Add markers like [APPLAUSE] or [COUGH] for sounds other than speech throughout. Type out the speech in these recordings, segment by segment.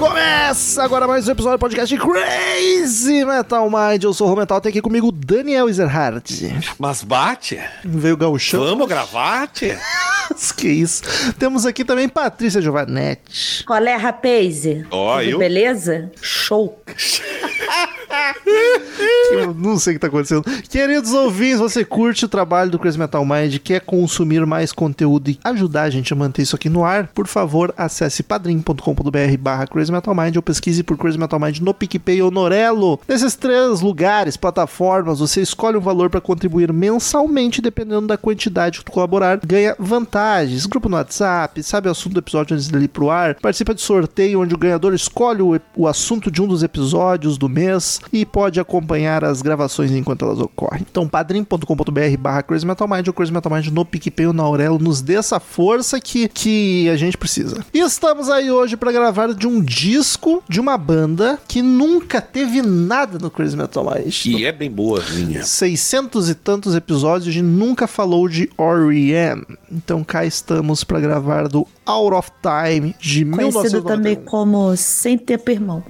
Começa agora mais um episódio do podcast Crazy Metal Mind. Eu sou o Romental, tem aqui comigo o Daniel Ezerhard. Mas bate? Veio o gauchão. Vamos gravar? tia? [LAUGHS] que isso. Temos aqui também Patrícia Giovanetti. Qual é, rapaz? Ó, Tudo Ah, eu- Beleza? Show. Eu não sei o que tá acontecendo. Queridos ouvintes, você curte o trabalho do Crazy Metal Mind, quer consumir mais conteúdo e ajudar a gente a manter isso aqui no ar, por favor, acesse padrim.com.br barra Crazy Metal Mind ou pesquise por Crazy Metal Mind no PicPay ou Norelo. Nesses três lugares, plataformas, você escolhe um valor para contribuir mensalmente, dependendo da quantidade que tu colaborar, ganha vantagens. Grupo no WhatsApp, sabe é o assunto do episódio antes dele ir pro ar, participa de sorteio onde o ganhador escolhe o, o assunto de um dos episódios do mês e pode acompanhar as gravações enquanto elas ocorrem. Então, padrim.com.br barra Crazy Metal Mind ou Crazy Metal Mind no PicPay ou na Aurelo nos dê essa força que, que a gente precisa. E estamos aí hoje para gravar de um disco de uma banda que nunca teve nada no Crazy Metal Mind. E é bem boazinha. 600 e tantos episódios e nunca falou de R.E.M. Então cá estamos pra gravar do Out of Time de Conhecido 1991. também como Sem Tempo Irmão.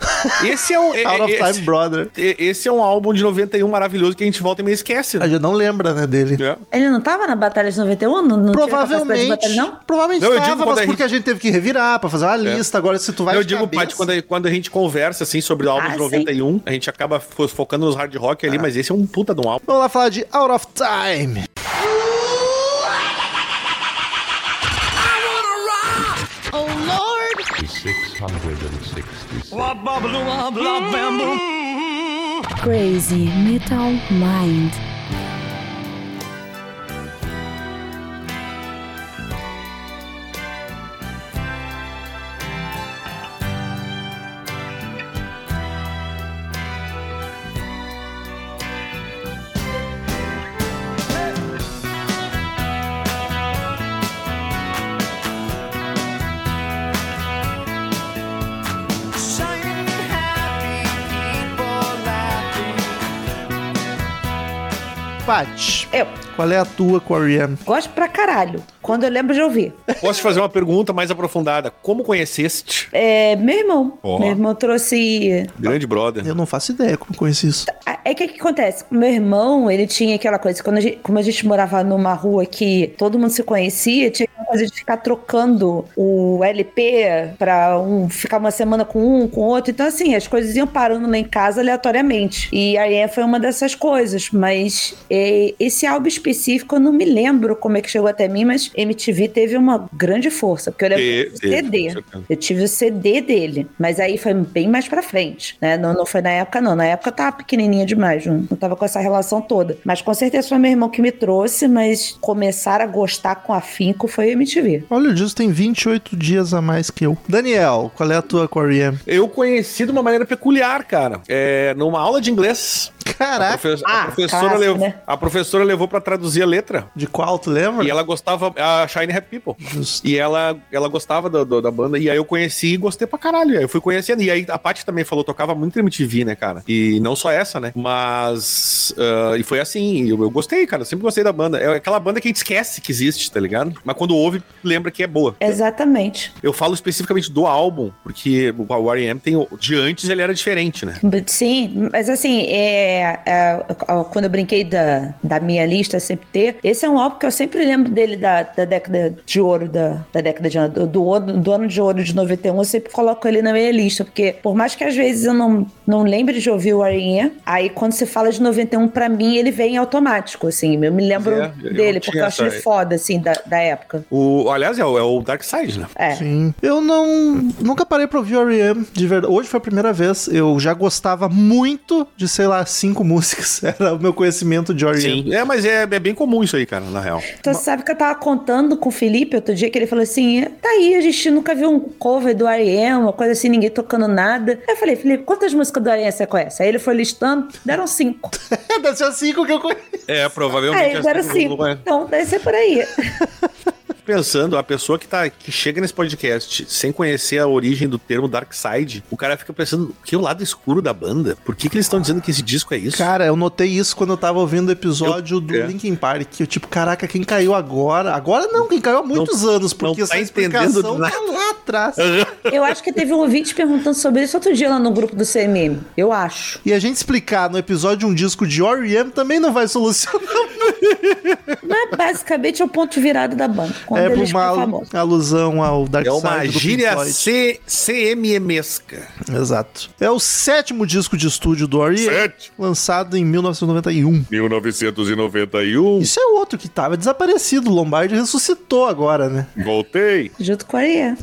Esse é um. é- Out of é- Time Brother. esse, esse é um álbum de 91 maravilhoso que a gente volta e meio esquece. A Né? gente não lembra, né, dele. É. Ele não tava na Batalha de 91? Não, não tinha capacidade de Provavelmente. batalha, não? Provavelmente Não, eu digo tava, quando mas a porque gente- É. a gente teve que revirar pra fazer uma lista. Agora, se tu vai. Eu de digo, cabeça- Paty, quando, a- quando a gente conversa assim sobre o álbum Ah, de 91, a gente acaba fo- focando nos hard rock Ah. ali, mas esse é um puta de um álbum. Vamos lá falar de Out of Time. Crazy Metal Mind. Paty, Eu qual é a tua com R.E.M.? gosto pra caralho. Quando eu lembro de ouvir. Posso te fazer uma pergunta mais aprofundada? Como conheceste? É, meu irmão. Ó. Meu irmão trouxe. Grande brother. Eu não faço ideia como conheci isso. Ah, É que o que acontece? Meu irmão, ele tinha aquela coisa, quando a gente, como a gente morava numa rua que todo mundo se conhecia, tinha aquela coisa de ficar trocando o LP pra um ficar uma semana com um, com outro. Então, assim, as coisas iam parando lá em casa aleatoriamente. E a Ian foi uma dessas coisas. Mas é, esse álbum específico, eu não me lembro como é que chegou até mim, mas MTV teve uma grande força. Porque eu lembro Te- do teve, CD. com certeza. Eu tive o CD dele, mas aí foi bem mais pra frente, né? Não, não foi na época, não. Na época eu tava pequenininha demais, não, não tava com essa relação toda. Mas com certeza foi meu irmão que me trouxe, mas começar a gostar com afinco foi o MTV. Olha, o disco tem 28 dias a mais que eu. Daniel, qual é a tua com R.E.M.? Eu conheci de uma maneira peculiar, cara. É, numa aula de inglês, a, Caraca. profe- a Ah, professora, clássico, levou, né? a professora levou pra traduzir a letra. De qual tu lembra? E é um ela gostava, a Shine Happy People. Justo. E ela, ela gostava do- do- da banda, e aí eu conheci e gostei pra caralho. E aí eu fui conhecendo. E aí a Paty também falou, tocava muito MTV, né, cara? E não só essa, né? Mas. ah, e foi assim, eu, eu gostei, cara. Eu sempre gostei da banda. É aquela banda que a gente esquece que existe, tá ligado? Mas quando ouve, lembra que é boa. Exatamente. Eu falo especificamente do álbum, porque o R.E.M. tem. o- De antes ele era diferente, né? But, Sim, mas assim, é, é, ó, quando eu brinquei da, da minha lista sempre ter, esse é um álbum que eu sempre lembro dele da, da década de ouro, da, da década de do, do, ouro- do ano de ouro de 91, eu sempre coloco ele na minha lista, porque por mais que às vezes eu não, não lembre de ouvir o Arinha, aí quando se fala de 91, pra mim ele vem automático, assim, eu me lembro É, eu dele, não porque tinha eu acho essa- ele foda, assim, da, da época. O, aliás, é o, é o Dark Side, né? É. Sim. Eu não. Nunca parei pra ouvir R.E.M. de verdade. Hoje foi a primeira vez. Eu já gostava muito de, sei lá, cinco [LAUGHS] músicas. Era o meu conhecimento de R.E.M. Sim. É, mas é, é bem comum isso aí, cara, na real. Então, você sabe que eu tava contando com o Felipe outro dia, que ele falou assim, tá aí, a gente nunca viu um cover do R.E.M., uma coisa assim, ninguém tocando nada. Aí eu falei, Felipe, quantas músicas do R.E.M. você conhece? Aí ele foi listando, deram cinco. [LAUGHS] É, deve ser as cinco que eu conheço. Ah, É, provavelmente. aí, deram cinco. Então, deve ser por aí. pensando, a pessoa que, tá, que chega nesse podcast sem conhecer a origem do termo Dark Side, o cara fica pensando, que é o lado escuro da banda? Por que, que eles estão dizendo que esse disco é isso? Cara, eu notei isso quando eu tava ouvindo o episódio do É. Linkin Park. Que eu, tipo, caraca, quem caiu agora? Agora não, quem caiu há muitos anos, porque não essa tá entendendo explicação nada. tá lá atrás. Eu acho que teve um ouvinte perguntando sobre isso outro dia lá no grupo do CMM. Eu acho. E a gente explicar no episódio um disco de R.E.M. também não vai solucionar. Mas basicamente é o ponto virado da banda. Quando é por eles uma alu- ficam famosos. alusão ao Dark é Side uma do Pink gíria Floyd. C- CMMesca. Exato. É o sétimo disco de estúdio do R.E.M., Sete. lançado em 1991. 1991. Isso é outro que tava desaparecido. O Lombardi ressuscitou agora, né? Voltei. Junto com a Ariane.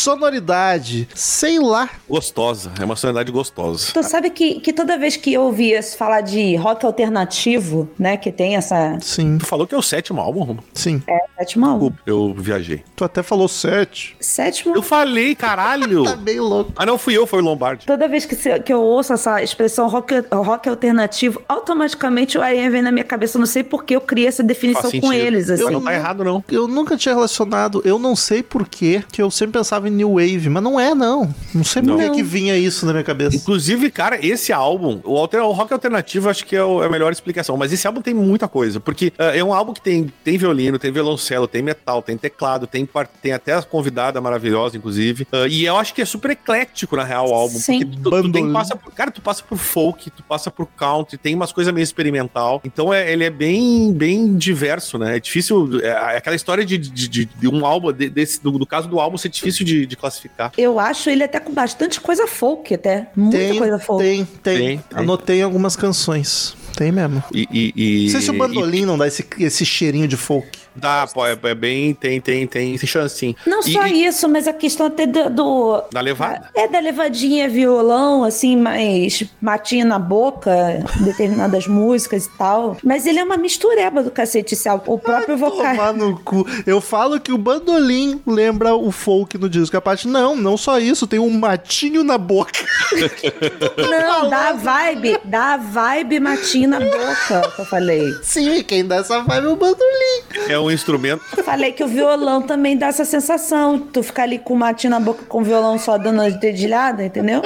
Sonoridade. Sei lá. Gostosa. É uma sonoridade gostosa. Tu Então, sabe que, que toda vez que eu ouvia se falar de rock alternativo, né? Que tem essa Sim, Tu falou que é o sétimo álbum, Romulo? sim. sétima onda. Desculpa, eu viajei. Tu até falou sete. Sétimo. Eu falei, [LAUGHS] caralho. Tá bem louco. ah, não fui eu, foi o Lombardi. Toda vez que, se- que eu ouço essa expressão rock, rock alternativo, automaticamente o Ariane vem na minha cabeça. Eu não sei por que eu criei essa definição Faz com sentido. eles. Mas Assim. não tá errado, não. Eu nunca tinha relacionado, eu não sei porquê, que eu sempre pensava em New Wave, mas não é, não. Não sei por Não. que que vinha isso na minha cabeça. Inclusive, cara, esse álbum, o, alter- o rock alternativo, acho que é, o- é a melhor explicação. Mas esse álbum tem muita coisa, porque ah, é um álbum que tem, tem violino, tem violoncelo, tem metal, tem teclado, tem, par- tem até a convidada maravilhosa, inclusive. Ah, e eu acho que é super eclético, na real, o álbum. Sim. Porque tu, tu tem que Bandolim. passar por, cara, tu passa por folk, tu passa por country, tem umas coisas meio experimental. Então é- ele é bem, bem diverso, né? É difícil. É, é aquela história de, de, de- de um álbum, de- desse, do, do caso do álbum, ser difícil de, de classificar. Eu acho ele até com bastante coisa folk, até. Muita Tem, coisa folk. tem, tem, Tem, tem. Anotei algumas canções. Tem mesmo. E, e- e- Não sei se o e- bandolim não dá esse, esse cheirinho de folk. Dá, pô, é, é bem, tem, tem, tem, tem chance, sim. Não E- só e- isso, mas a questão até do. do- Na levada. É da levadinha violão, assim, mais matinho na boca, determinadas [LAUGHS] músicas e tal. Mas ele é uma mistureba do cacete, esse álbum. O próprio vocal. [LAUGHS] Tomar no cu. Eu falo que o bandolim lembra o folk no disco. A parte, não, não só isso, tem um matinho na boca. [LAUGHS] Não, dá a vibe, dá a vibe matinho na boca, que eu falei. Sim, e quem dá essa vibe é o bandolim. É um instrumento. Falei que o violão também dá essa sensação. Tu ficar ali com o matinho na boca, com o violão só dando as dedilhadas, entendeu?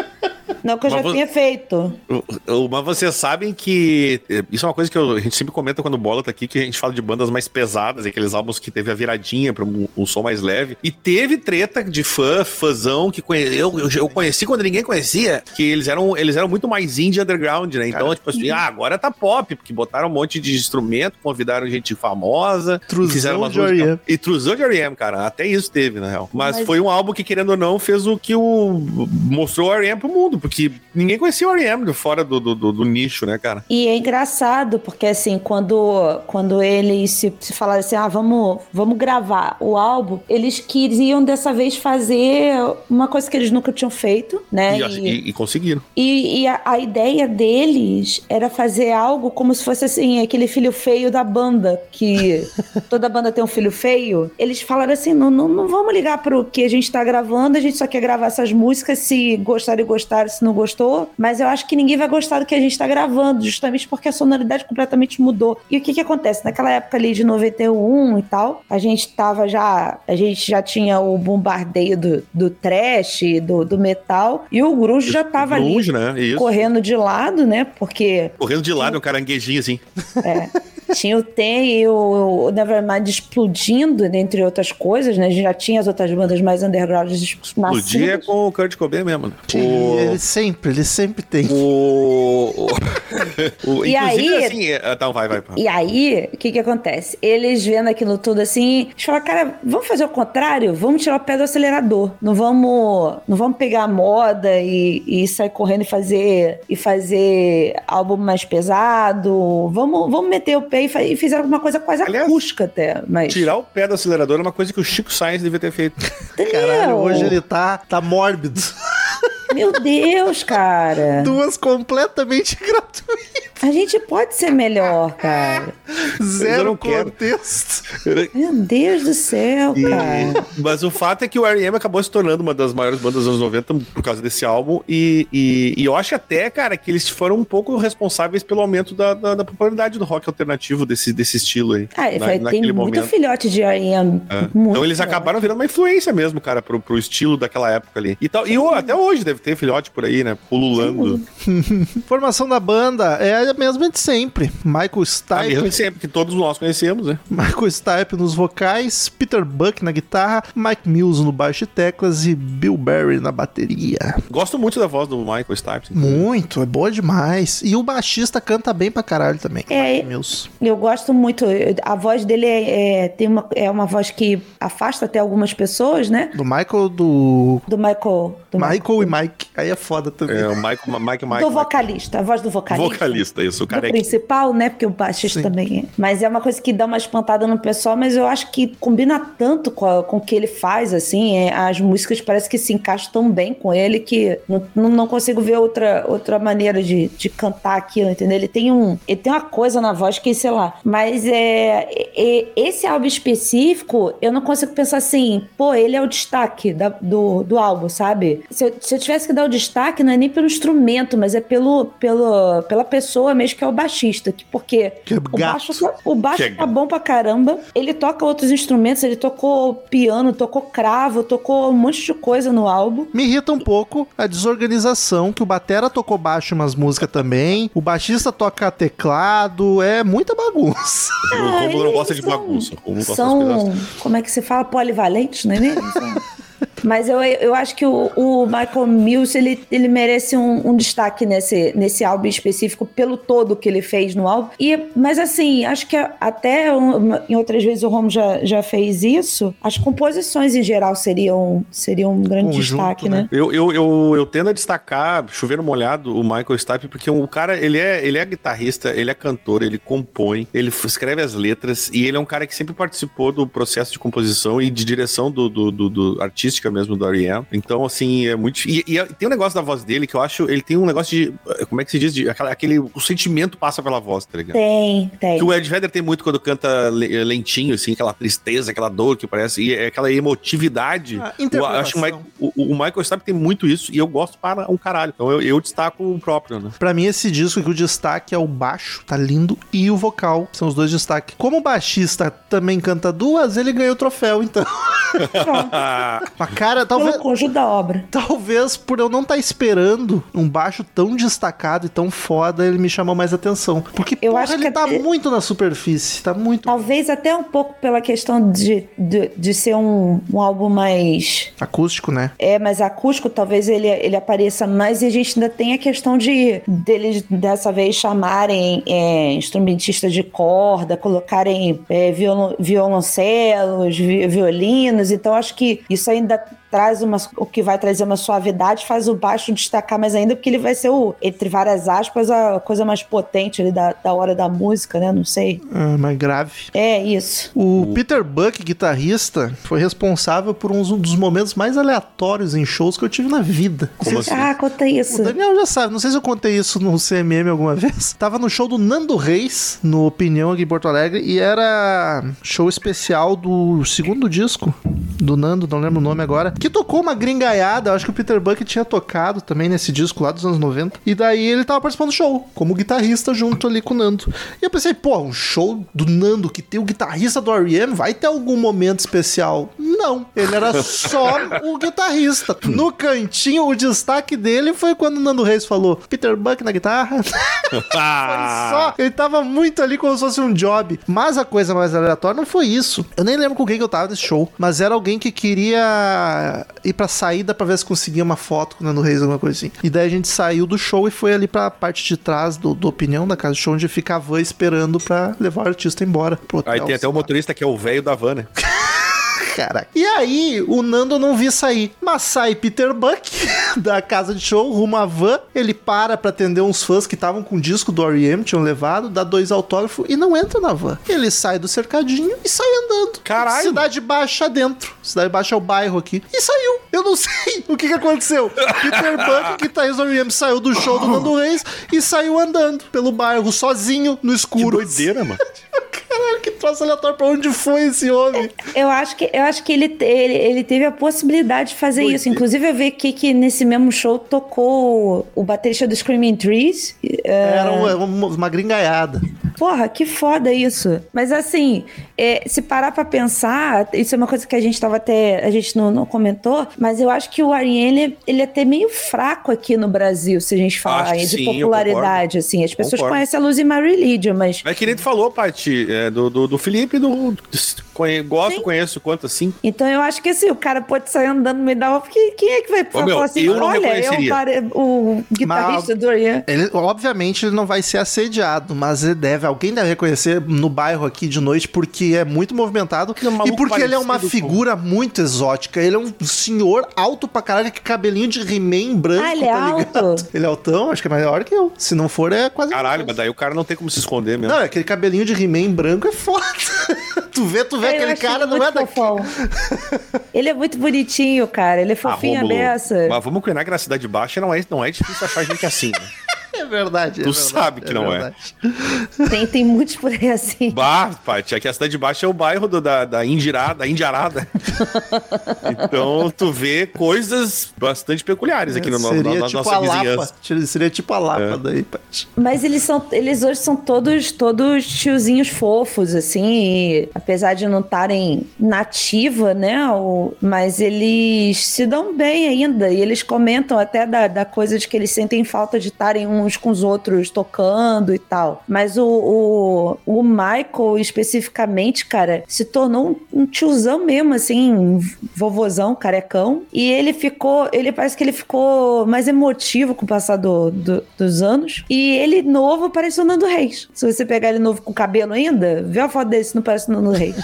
Não que eu Mas já você- tinha feito. o- o- Mas vocês sabem que. eh, Isso é uma coisa que eu- a gente sempre comenta quando o bola tá aqui, que a gente fala de bandas mais pesadas, aqueles álbuns que teve a viradinha pra um, um som mais leve. E teve treta de fã, fãzão, que conhe- eu, eu, eu conheci quando ninguém conhecia, que eles eram, eles eram muito mais indie underground, né? Então, tipo assim, ah, agora tá pop, porque botaram um monte de instrumento, convidaram gente famosa, Truzão fizeram umas de músicas- R.E.M.. E Truzão de R.E.M., cara, até isso teve, na real. Mas, Mas- foi um álbum que, querendo ou não, fez o que o... mostrou o R.E.M. pro mundo, porque ninguém conhecia o R.E.M. fora do, do, do- do nicho, né, cara? E é engraçado, porque assim, quando, quando eles se, se falaram assim, ah, vamos, vamos gravar o álbum, eles queriam dessa vez fazer uma coisa que eles nunca tinham feito, né? E, e- e conseguiram. E, e a, a ideia deles era fazer algo como se fosse assim, aquele filho feio da banda, que toda banda tem um filho feio. Eles falaram assim: não, não, não vamos ligar pro que a gente tá gravando, a gente só quer gravar essas músicas, se gostaram, gostaram, se não gostou. Mas eu acho que ninguém vai gostar do que a gente tá gravando, justamente porque a sonoridade completamente mudou. E o que que acontece? Naquela época ali de 91 e tal, a gente tava já. A gente já tinha o bombardeio do, do trash, do, do metal, e o Grunge já tava ali Longe, né? Isso. correndo de lado, né? Porque Correndo de lado, é um caranguejinho assim. É. tinha o Tem e o, o Nevermind explodindo, né, entre outras coisas, né? A gente já tinha as outras bandas mais undergrounds O dia é nascidas. com o Kurt Cobain mesmo. Né? O- Ele sempre, ele sempre tem. [LAUGHS] O. o- o- E inclusive, aí- assim. é- Então, vai, vai. pá. E aí, o que que acontece? Eles vendo aquilo tudo assim, eles falam, cara, vamos fazer o contrário? Vamos tirar o pé do acelerador. Não vamos, não vamos pegar a moda e, e sair correndo e fazer, e fazer álbum mais pesado. Vamos, vamos meter o pé e, fa- e fizeram alguma coisa quase Aliás, acústica até. Mas... Tirar o pé do acelerador é uma coisa que o Chico Sainz devia ter feito. Caralho, Entendeu? hoje ele tá, tá mórbido. [LAUGHS] Meu Deus, cara. Duas completamente [LAUGHS] gratuitas. A gente pode ser melhor, cara. eu Zero não quero. contexto. Meu Deus do céu, cara. E- mas o fato é que o R.E.M. acabou se tornando uma das maiores bandas dos anos 90 por causa desse álbum e, e, e eu acho até, cara, que eles foram um pouco responsáveis pelo aumento da, da- da popularidade do rock alternativo desse, desse estilo aí. Ah, na- vai- tem muito filhote de R.E.M. É. Muito né? Então eles filhote. acabaram virando uma influência mesmo, cara, pro, pro estilo daquela época ali. E, tal, e o- até hoje deve ter filhote por aí, né? Pululando. Formação da banda é a mesma de sempre. Michael tá. A mesma Stipe, de sempre, que todos nós conhecemos, né? Michael Stipe nos vocais, Peter Buck na guitarra, Mike Mills no baixo e teclas e Bill Berry na bateria. Gosto muito da voz do Michael Stipe. Muito, é boa demais. E o baixista canta bem pra caralho também. É. Mike Mills. Eu gosto muito. eu- A voz dele é, é- tem uma, é uma voz que afasta até algumas pessoas, né? Do Michael, do. Do Michael. Do Michael e Mike. Aí é foda também. É, o Michael, Ma- Michael, do Michael, vocalista, a voz do vocalista. vocalista, isso. O Do cara é principal, né? Porque o baixista Sim. também é. Mas é uma coisa que dá uma espantada no pessoal, mas eu acho que combina tanto com, a- com o que ele faz, assim. é, as músicas parece que se encaixam tão bem com ele que não, não- não consigo ver outra, outra maneira de, de cantar aquilo, entendeu? Ele tem um. Ele tem uma coisa na voz que, sei lá. Mas é, e- esse álbum específico, eu não consigo pensar assim, pô, ele é o destaque da- do, do álbum, sabe? Se eu, se eu tivesse que dar o destaque, não é nem pelo instrumento, mas é pelo, pelo, pela pessoa mesmo que é o baixista. Que, porque Que é o gato. baixo, tá- o baixo Que é tá bom pra caramba. Ele toca outros instrumentos, ele tocou piano, tocou cravo, tocou um monte de coisa no álbum. Me irrita um pouco a desorganização que o Batera tocou baixo em umas músicas também, o baixista toca teclado, é muita bagunça. [LAUGHS] O Rômulo não Ah, eles gosta de são- bagunça. O Rômulo gosta das coisas- assim. são, como é que se fala, polivalentes, não é mesmo? [LAUGHS] Mas eu, eu acho que o, o Michael Mills, ele, ele merece um, um destaque nesse, nesse álbum específico, pelo todo que ele fez no álbum. E, mas assim, acho que até um- em outras vezes o Romo já, já fez isso, as composições em geral seriam, seriam um grande Conjunto, destaque, né? né? Eu, eu, eu, eu tendo a destacar, chover no molhado, o Michael Stipe, porque o cara, ele é, ele é guitarrista, ele é cantor, ele compõe, ele f- escreve as letras, e ele é um cara que sempre participou do processo de composição e de direção do, do, do- do- artística mesmo, do R.E.M. Então, assim, é muito... E, e é- tem um negócio da voz dele que eu acho, ele tem um negócio de, eh, como é que se diz, de, aquela- aquele, o sentimento passa pela voz, tá ligado? né? Tem, tem. Que o Ed Vedder tem muito quando canta le- lentinho, assim, aquela tristeza, aquela dor que parece, e é aquela emotividade. A Eu acho que o, Mike- o- o Michael Stipe tem muito isso e eu gosto para um caralho. Então eu, eu destaco o próprio, [LAUGHS] né? Pra mim, esse disco que o destaque é o baixo, tá lindo, e o vocal, são os dois destaques. Como o baixista também canta duas, ele ganhou o troféu, então. Pronto. [LAUGHS] Ah, Mas, cara, talvez, Pelo conjunto da obra. talvez por eu não estar esperando um baixo tão destacado e tão foda, ele me chamou mais atenção. Porque, Eu porra, acho ele que é tá até- muito na superfície, tá muito... Talvez até um pouco pela questão de, de, de ser um, um álbum mais Acústico, né? É, mas acústico talvez ele, ele apareça mais e a gente ainda tem a questão de deles dessa vez chamarem é, instrumentistas de corda, colocarem é, violon- violoncelos, vi- violinos, então acho que isso ainda traz uma o que vai trazer uma suavidade, faz o baixo destacar mais ainda porque ele vai ser o entre várias aspas a coisa mais potente ali da, da hora da música, né? Não sei. Ah, mais grave. É isso. O Peter Buck, guitarrista, foi responsável por um dos momentos mais aleatórios em shows que eu tive na vida. Como assim? Ah, conta O isso. Daniel já sabe, não sei se eu contei isso no CMM alguma [LAUGHS] vez. Tava no show do Nando Reis, no Opinião aqui em Porto Alegre, e era show especial do segundo disco do Nando, não lembro o nome agora, que tocou uma gringaiada, eu acho que o Peter Buck tinha tocado também nesse disco lá dos anos 90. E daí ele tava participando do show, como guitarrista junto ali com o Nando. E eu pensei, pô, um show do Nando que tem o guitarrista do R.E.M., vai ter algum momento especial? Não, ele era só o guitarrista. No cantinho, o destaque dele foi quando o Nando Reis falou Peter Buck na guitarra. Ah, Só, ele tava muito ali como se fosse um job. Mas a coisa mais aleatória não foi isso. Eu nem lembro com quem que eu tava nesse show, mas era alguém que queria ir pra saída pra ver se conseguia uma foto com o Nando Reis, alguma coisa assim. E daí a gente saiu do show e foi ali pra parte de trás do, do Opinião, da casa do show, onde fica a van esperando pra levar o artista embora pro hotel. Aí tem até o sei lá. motorista que é o velho da van, né? Caraca. E aí, o Nando eu não vi sair. Mas sai Peter Buck [LAUGHS] da casa de show, rumo à van. Ele para pra atender uns fãs que estavam com o disco do R.E.M., tinham levado, dá dois autógrafos e não entra na van. Ele sai do cercadinho e sai andando. Caralho. Cidade Baixa dentro. Cidade Baixa é o bairro aqui. E saiu. Eu não [LAUGHS] sei o que, que aconteceu. Peter Buck, que tá do R.E.M., saiu do show do Nando Reis e saiu andando pelo bairro, sozinho, no Que escuro. doideira, mano. troço aleatório pra onde foi esse homem? Eu acho que, eu acho que ele, te- ele, ele teve a possibilidade de fazer Pois isso. é. Inclusive, eu vi aqui que nesse mesmo show tocou o baterista do Screaming Trees. É, Era uma, uma- uma gringaiada. Porra, que foda isso. Mas assim, é, se parar pra pensar, isso é uma coisa que a gente tava até. A gente não, não comentou, mas eu acho que o Warren, ele, ele é até meio fraco aqui no Brasil, se a gente falar Acho que de sim, eu popularidade. Assim, as pessoas Concordo. conhecem a Luz e Mary Religion, mas. Mas É que nem tu falou, Paty, é, do, do, do Felipe, do, do- conhe- gosto, Sim. conheço quanto, assim. Então eu acho que assim, o cara pode sair andando no meio da rua, porque quem é que vai falar meu, assim, eu não olha, eu reconheceria." pare... o guitarrista do Orion. Ele, obviamente, ele não vai ser assediado, mas ele deve, alguém deve reconhecer no bairro aqui de noite, porque é muito movimentado é um maluco e porque ele é uma parecido com- figura muito exótica. Ele é um senhor alto pra caralho, que cabelinho de He-Man branco, Ah, ele é tá ligado? alto? Ele é altão, acho que é maior que eu. Se não for, é quase... Caralho, mas daí o cara não tem como se esconder mesmo. Não, é aquele cabelinho de He-Man branco é foda. [LAUGHS] tu vê, tu vê, Eu aquele achei ele cara não muito é daqui. [LAUGHS] fofão. ele é muito bonitinho, cara. Ah, Ele é fofinho Ah, Rômulo, dessa. Mas vamos combinar que na Cidade Baixa não é, não é difícil achar gente assim, né? É verdade. é Tu verdade, sabe que não é. verdade. Tem, tem muitos por [LAUGHS] aí assim. Bah, Paty, é que a Cidade Baixa é o bairro do- da, da Indirada, [LAUGHS] da Indiarada. então tu vê coisas bastante peculiares aqui no, no, Seria na, na tipo nossa a Lapa. vizinhança. É. Seria tipo a Lapa daí, Paty. Mas eles são, eles hoje são todos, todos tiozinhos fofos, assim, e apesar de não estarem nativa, né? o- mas eles se dão bem ainda. E eles comentam até da, da coisa de que eles sentem falta de estarem uns com os outros tocando e tal. Mas o, o, o Michael, especificamente, cara, se tornou um, um tiozão mesmo, assim, um vovozão, carecão. E ele ficou, ele parece que ele ficou mais emotivo com o passar do- do- dos anos. E ele novo parece o Nando Reis. Se você pegar ele novo com cabelo ainda, vê a foto dele se não parece o Nando Reis.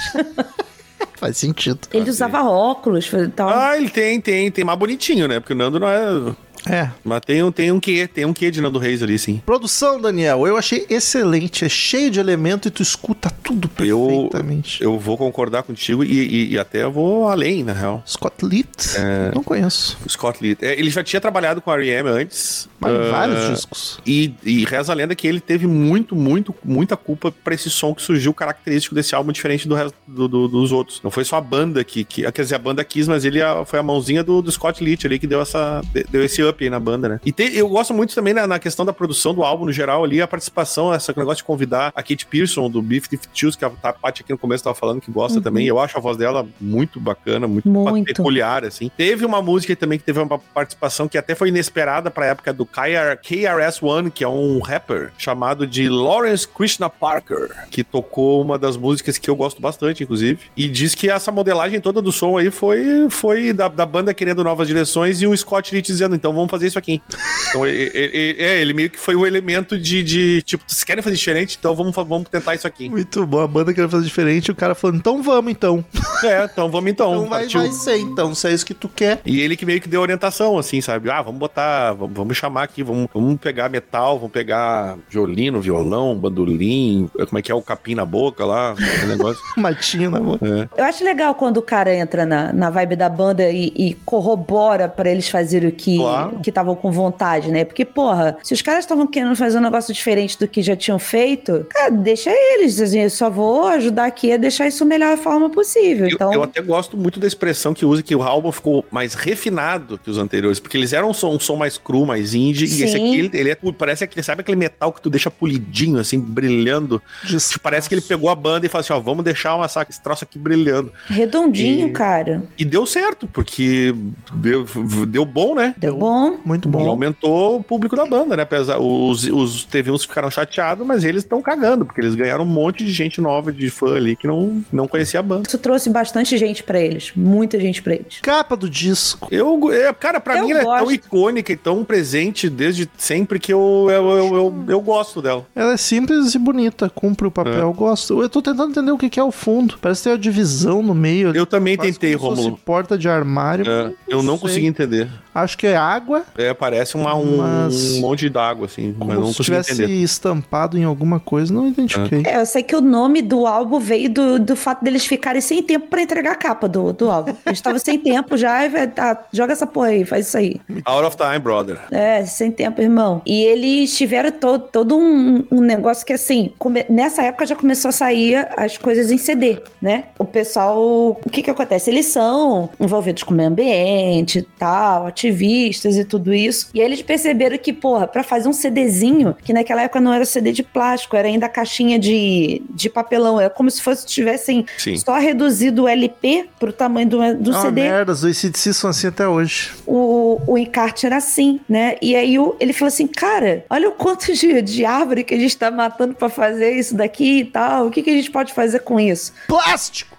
Faz sentido. ele usava óculos, tal. Ah, ele tem, tem, tem mais bonitinho, né? Porque o Nando não é. É. Mas tem, um- tem um quê? Tem um quê de Nando Reis ali, sim. Produção, Daniel, eu achei excelente. É cheio de elemento e tu escuta tudo Eu, perfeitamente. eu vou concordar contigo e, e- e até vou além, na real. Scott Litt? É. Não conheço. O Scott Lee. é, Ele já tinha trabalhado com a R.E.M. antes. Mas Ah, vários discos. E, e reza a lenda que ele teve muito, muito, muita culpa pra esse som que surgiu característico desse álbum, diferente do resto do- do- dos outros. Não foi só a banda que, que. Quer dizer, a banda quis, mas ele a- foi a mãozinha do, do Scott Leach ali que deu, essa, de- deu esse up aí na banda, né? E tem- eu gosto muito também na, na questão da produção do álbum no geral ali, a participação, esse negócio de convidar a Kate Pearson do Beef Shoes, que a a Paty aqui no começo tava falando que gosta também. Eu acho a voz dela muito bacana, muito, Muito. peculiar, assim. Teve uma música também que teve uma participação que até foi inesperada pra época do KR KRS-One, que é um rapper chamado de Lawrence Krishna Parker, que tocou uma das músicas que eu gosto bastante, inclusive. E diz que essa modelagem toda do som aí foi, foi da, da banda querendo novas direções e o Scott Lee dizendo, então vamos fazer isso aqui. Então, e- e- e- é, ele meio que foi o elemento de, de, tipo, vocês querem fazer diferente? Então vamos, fa- vamos tentar [LAUGHS] isso aqui. Muito bom. A banda queria fazer diferente. O cara falou, então vamos então. É, então vamos então. Então vai, partiu. vai ser então, se é isso que tu quer. [LAUGHS] E ele que meio que deu orientação, assim, sabe? Ah, vamos botar, vamos, vamos chamar aqui, vamos, vamos pegar metal, vamos pegar violino, violão, bandolim, como é que é o capim na boca lá, o [LAUGHS] negócio. Matinho na boca. Eu acho legal quando o cara entra na, na vibe da banda e, e corrobora pra eles fazerem o que Claro. que estavam com vontade, né? Porque, porra, se os caras estavam querendo fazer um negócio diferente do que já tinham feito, cara, deixa eles, assim, eu só vou ajudar aqui a deixar isso da melhor forma possível. Eu, Então, eu até gosto muito da expressão que usa, que o álbum ficou mais refinado que os anteriores, porque eles eram um som, um som mais cru, mais indie, e esse Sim. aqui, ele, ele é, parece aquele, sabe aquele metal que tu deixa polidinho, assim, brilhando? Tipo, Diz- Parece que ele pegou a banda e falou assim, ó, vamos deixar uma, saca- esse troço aqui brilhando. redondinho, e- cara. E deu certo, porque deu, deu bom, né? Deu bom. Muito E bom. aumentou o público da banda, né? Apesar, os, os teve uns que ficaram chateados, mas eles estão cagando, porque eles ganharam um monte de gente nova de fã ali que não, não conhecia a banda. Isso trouxe bastante gente pra eles, muita gente pra eles. Capa do disco. Eu, é, cara, pra Eu mim ela é tão gosto. icônica e tão presente desde sempre que eu, eu, eu, eu, eu gosto dela. Ela é simples e bonita, cumpre o É. papel. Eu gosto. Eu tô tentando entender o que que é o fundo. Parece ter a divisão no meio. Eu também Quase tentei, como se fosse Romulo. porta de armário. É, eu não sei. consegui entender. Acho que é água água. É, parece uma, um, Mas- um monte d'água, assim. mas Como não se consigo tivesse entender. estampado em alguma coisa, não identifiquei. É, eu sei que o nome do álbum veio do, do fato deles ficarem sem tempo pra entregar a capa do, do álbum. Eles estavam sem tempo já, e vai- tá, joga essa porra aí, faz isso aí. Out of time, brother. É, sem tempo, irmão. E eles tiveram todo, todo um, um negócio que, assim, come- nessa época já começou a sair as coisas em CD, né? O pessoal, o que que acontece? Eles são envolvidos com o meio ambiente e tal, ativistas e tudo isso. E aí eles perceberam que, porra, pra fazer um CDzinho, que naquela época não era CD de plástico, era ainda caixinha de, de papelão. É como se fosse tivessem Sim. só reduzido o LP pro tamanho do, do Ah, CD merda, os ACDC são assim até hoje. o, o encarte era assim, né? E aí o- ele falou assim, cara, olha o quanto de, de árvore que a gente tá matando pra fazer isso daqui e tal. O que, que a gente pode fazer com isso? Plástico!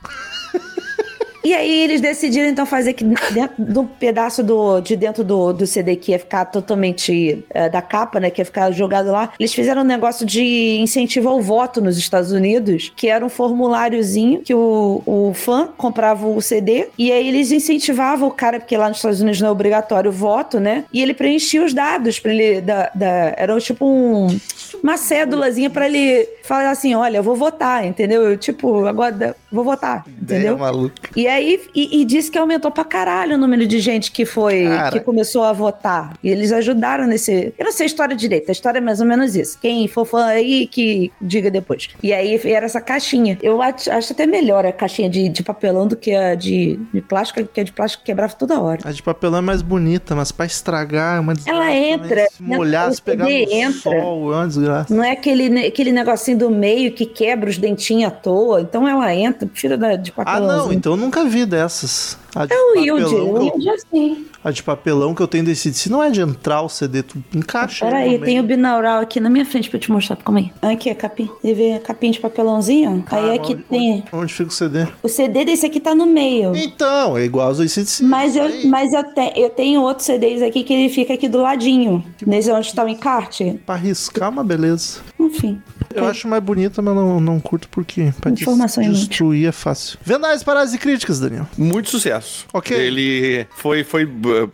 E aí eles decidiram então fazer que [LAUGHS] dentro do pedaço do, de dentro do, do CD que ia ficar totalmente eh, da capa, né? Que ia ficar jogado lá. Eles fizeram um negócio de incentivo ao voto nos Estados Unidos, que era um formuláriozinho que o, o fã comprava o CD e aí eles incentivavam o cara, porque lá nos Estados Unidos não é obrigatório o voto, né? E ele preenchia os dados pra ele. Da, da- era tipo um uma cédulazinha pra ele falar assim: olha, eu vou votar, entendeu? Eu, tipo, agora da- vou votar, entendeu? Ideia maluca. E aí, e, e disse que aumentou pra caralho o número de gente que foi, Cara. que começou a votar. E eles ajudaram nesse. Eu não sei a história direito, a história é mais ou menos isso. Quem for fã aí, que diga depois. E aí era essa caixinha. Eu ach- acho até melhor a caixinha de, de papelão do que a de, de plástico, porque a de plástico quebrava toda hora. A de papelão é mais bonita, mas pra estragar é uma desgraça. Ela também. entra, Se né? molhar, O se pegar no CD entra. sol, é uma desgraça. Não é aquele, ne- aquele negocinho do meio que quebra os dentinhos à toa. Então ela entra, tira da, de Ah, papelão. não, então eu nunca vi dessas. A de, É né? o Wilde, papelão, o que eu- Wilde é assim. a de papelão que eu tenho desse se não é de entrar o CD, tu encaixa. ele Peraí, no tem meio. o binaural aqui na minha frente pra eu te mostrar. Calma aí. Aqui é capim. Ele vê capim de papelãozinho. aí Cara, aqui Ah, onde, tem. Onde, onde fica o CD? O CD desse aqui tá no meio. Então, é igual aos ACDC. Mas, eu, Aí, mas eu, te- eu tenho outros CDs aqui que ele fica aqui do ladinho. Nesse onde tá o encarte. Pra riscar, uma beleza. Enfim. Eu acho mais bonita, mas não, não curto porque pra des- É. Informação inútil. destruir é fácil. Vendais, paradas e críticas, Daniel. Muito sucesso. Ok. Ele foi, foi,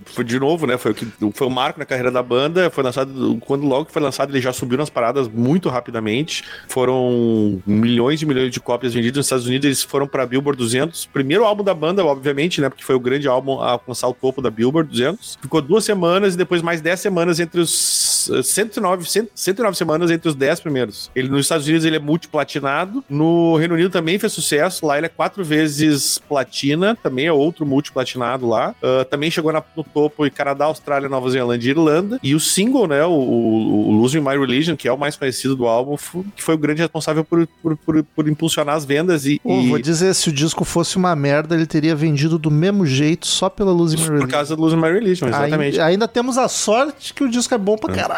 foi de novo, né? Foi o, que, foi o marco na carreira da banda. Foi lançado. Quando logo que foi lançado, ele já subiu nas paradas muito rapidamente. Foram milhões e milhões de cópias vendidas nos Estados Unidos. Eles foram pra Billboard 200. Primeiro álbum da banda, obviamente, né? Porque foi o grande álbum a alcançar o topo da Billboard 200. Ficou duas semanas e depois mais dez semanas entre os. eh, 109, 100, 109 semanas entre os 10 primeiros. Ele nos Estados Unidos ele é multiplatinado. No Reino Unido também fez sucesso. Lá ele é quatro vezes platina, também é outro multiplatinado lá. Ah, também chegou na- no topo em Canadá, Austrália, Nova Zelândia e Irlanda. E o single, né, o, o, o Losing My Religion, que é o mais conhecido do álbum, fu- que foi o grande responsável por, por, por, por impulsionar as vendas e, Ô, e- vou dizer, se o disco fosse uma merda, ele teria vendido do mesmo jeito, só pela luz e por causa do Losing My Religion, exatamente. Ainda, ainda temos a sorte que o disco é bom pra caralho.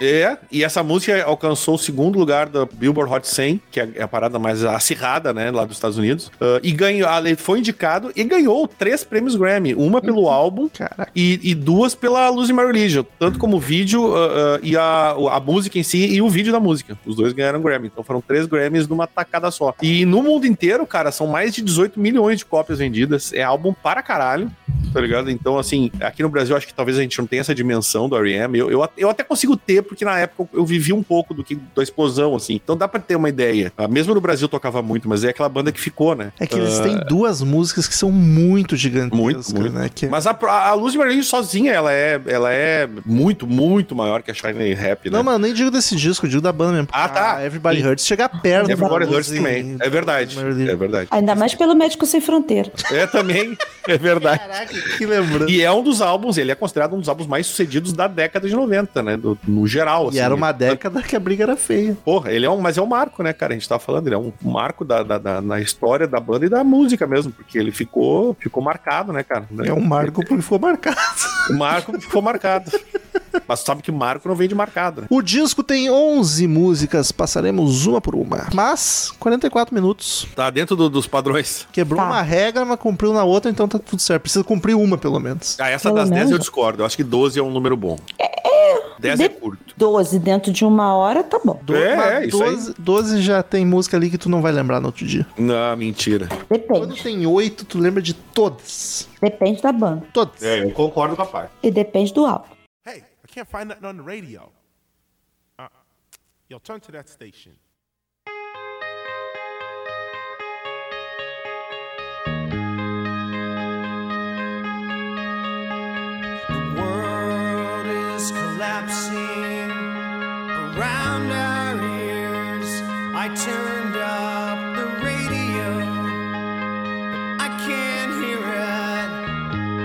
É, e essa música alcançou o segundo lugar da Billboard Hot 100, que é a parada mais acirrada, né, lá dos Estados Unidos. Ah, e ganhou, ele foi indicado e ganhou três prêmios Grammy, uma pelo álbum Caraca. e, e duas pela Luz e My Religion, tanto como o vídeo ah, ah, e a, a música em si e o vídeo da música. Os dois ganharam Grammy, então foram três Grammys numa tacada só. E no mundo inteiro, cara, são mais de 18 milhões de cópias vendidas, é álbum para caralho tá ligado? Então, assim, aqui no Brasil, acho que talvez a gente não tenha essa dimensão do R.E.M. Eu, eu, eu até consigo ter, porque na época eu, eu vivi um pouco do que da explosão, assim. Então dá pra ter uma ideia. Ah, Mesmo no Brasil tocava muito, mas é aquela banda que ficou, né? É que eles têm duas músicas que são muito gigantescas, Muito, muito. né? Que é Mas a, a Luz de Marinho sozinha, ela é, ela é muito, muito maior que a Shine Rap, né? Não, mano, nem digo desse disco, digo da banda mesmo. Ah, tá. Everybody Hurts chega perto. Everybody da Hurts Lucy- também. É verdade. É verdade. Ainda mais pelo Médico Sem Fronteira. É também. [LAUGHS] É verdade. Que lembrança. E é um dos álbuns, ele é considerado um dos álbuns mais sucedidos da década de 90, né? Do- no geral, E era uma década década que a briga era feia. Porra, ele é um, mas é um marco, né, cara? A gente tava falando, ele é um marco da, da- da- na história da banda e da música mesmo, porque ele ficou, ficou marcado, né, cara? É um marco porque ficou marcado. O marco ficou marcado. Mas sabe que marco não vem de marcado, né? O disco tem 11 músicas, passaremos uma por uma. Mas, 44 minutos. Tá dentro do- dos padrões. Quebrou Tá. uma regra, mas cumpriu na outra, então tá tudo certo. Precisa cumprir uma, pelo menos. Ah, essa Pelo das 10 menos. eu discordo. Eu acho que 12 é um número bom. 10 é curto. 12 dentro de uma hora, tá bom. Do- É, mas é, isso aí. 12, 12 já tem música ali que tu não vai lembrar no outro dia. Não, mentira. Quando Depende. tem 8, tu lembra de todas. Depende da banda. Todas. É, eu concordo com a parte. E depende do álbum. Hey, I can't find nothing on the radio. Uh, yo, turn to that station. The world is collapsing around our ears. I turned up the radio, but I can't hear it.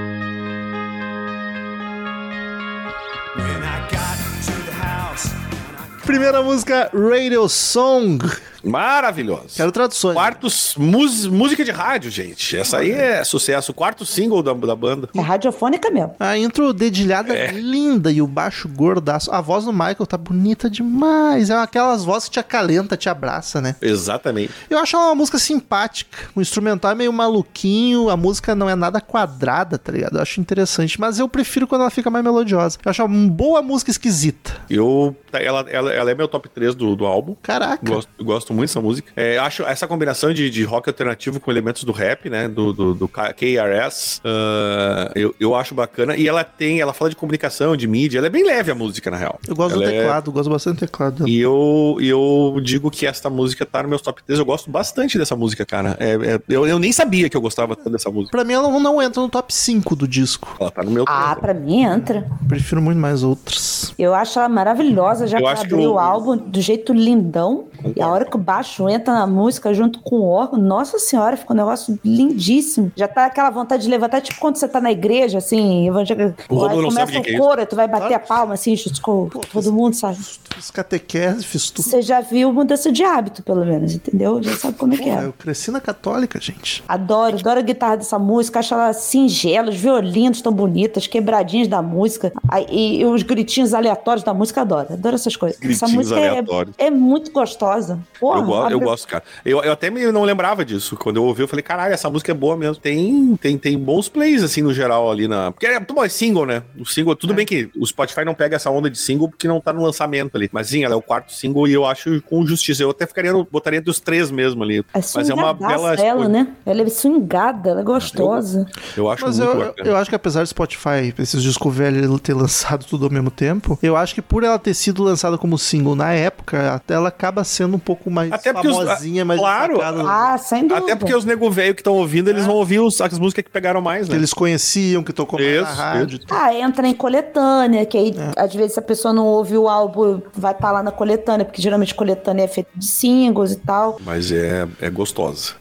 When I got to the house, when I Primeira música, Radio Song. Maravilhosa. Quero traduções. Quartos, mus- música de rádio, gente. Essa aí é sucesso. O Quarto single da, da banda. É radiofônica mesmo. A intro dedilhada É. linda e o baixo gordaço. A voz do Michael tá bonita demais. É aquelas vozes que te acalenta, te abraça, né? Exatamente. Eu acho ela uma música simpática. O instrumental é meio maluquinho, a música não é nada quadrada, tá ligado? Eu acho interessante, mas eu prefiro quando ela fica mais melodiosa. Eu acho uma boa música esquisita. Eu, ela, ela, ela é meu top 3 do, do álbum. Caraca. Gosto, eu gosto muito dessa música. É, acho essa combinação de, de rock alternativo com elementos do rap, né? Do, do, do K- KRS, ah, eu, eu acho bacana. E ela tem, ela fala de comunicação, de mídia. Ela é bem leve a música, na real. Eu gosto Ela do é- teclado, gosto bastante do teclado. E eu, e eu digo que esta música tá no meus top 3. Eu gosto bastante dessa música, cara. É, é- eu, eu nem sabia que eu gostava tanto dessa música. Pra mim ela não entra no top 5 do disco. Ela tá no meu Ah, top. pra mim entra. Prefiro muito mais outras. Eu acho ela maravilhosa, já Eu que ela acho que abriu o- o álbum do jeito lindão. E a hora que o baixo entra na música junto com o órgão, nossa senhora, fica um negócio lindíssimo. Já tá aquela vontade de levantar, tipo quando você tá na igreja, assim, evangélica. O Romulo não sabe começa o que que é o coro, e tu vai bater a palma, assim, junto com todo mundo, sabe? Fiz catequese, fiz tudo. Você já viu mudança de hábito, pelo menos, entendeu? Já sabe como é que Porra, é. eu cresci na católica, gente. Adoro, adoro a guitarra dessa música, acho ela singela, os violinos tão bonitos, as quebradinhas da música aí- e, e os gritinhos aleatórios da música, adoro, adoro essas coisas. Gritinhos essa música é- aleatórios. É, muito gostosa. Porra, eu, go- eu abre- gosto, cara. Eu, eu até meio não lembrava disso. Quando eu ouvi, eu falei, caralho, essa música é boa mesmo. Tem, tem, tem bons plays, assim, no geral, ali na. Porque é tudo mais single, né? O single, É. tudo bem que o Spotify não pega essa onda de single porque não tá no lançamento ali. Mas sim, ela é o quarto single e eu acho com justiça. Eu até ficaria, no- botaria dos três mesmo ali. É Mas é uma bela ela, escolha. né? Ela é swingada, ela é gostosa. Eu acho Mas muito eu, bacana. eu acho que apesar do Spotify, esses discos velhos ter lançado tudo ao mesmo tempo, eu acho que por ela ter sido lançada como single na época, até ela acaba sendo um pouco mais Até porque os- famosinha, ah, mais claro, destacada. Ah, sem dúvida. Até porque os nego velho que estão ouvindo, É. eles vão ouvir os- as músicas que pegaram mais, que né? eles conheciam, que tocou mais na Isso, rádio. Ah, entra em coletânea, que aí É. às vezes se a pessoa não ouve o álbum, vai estar lá na coletânea, porque geralmente coletânea é feita de singles e tal. Mas é, é gostosa.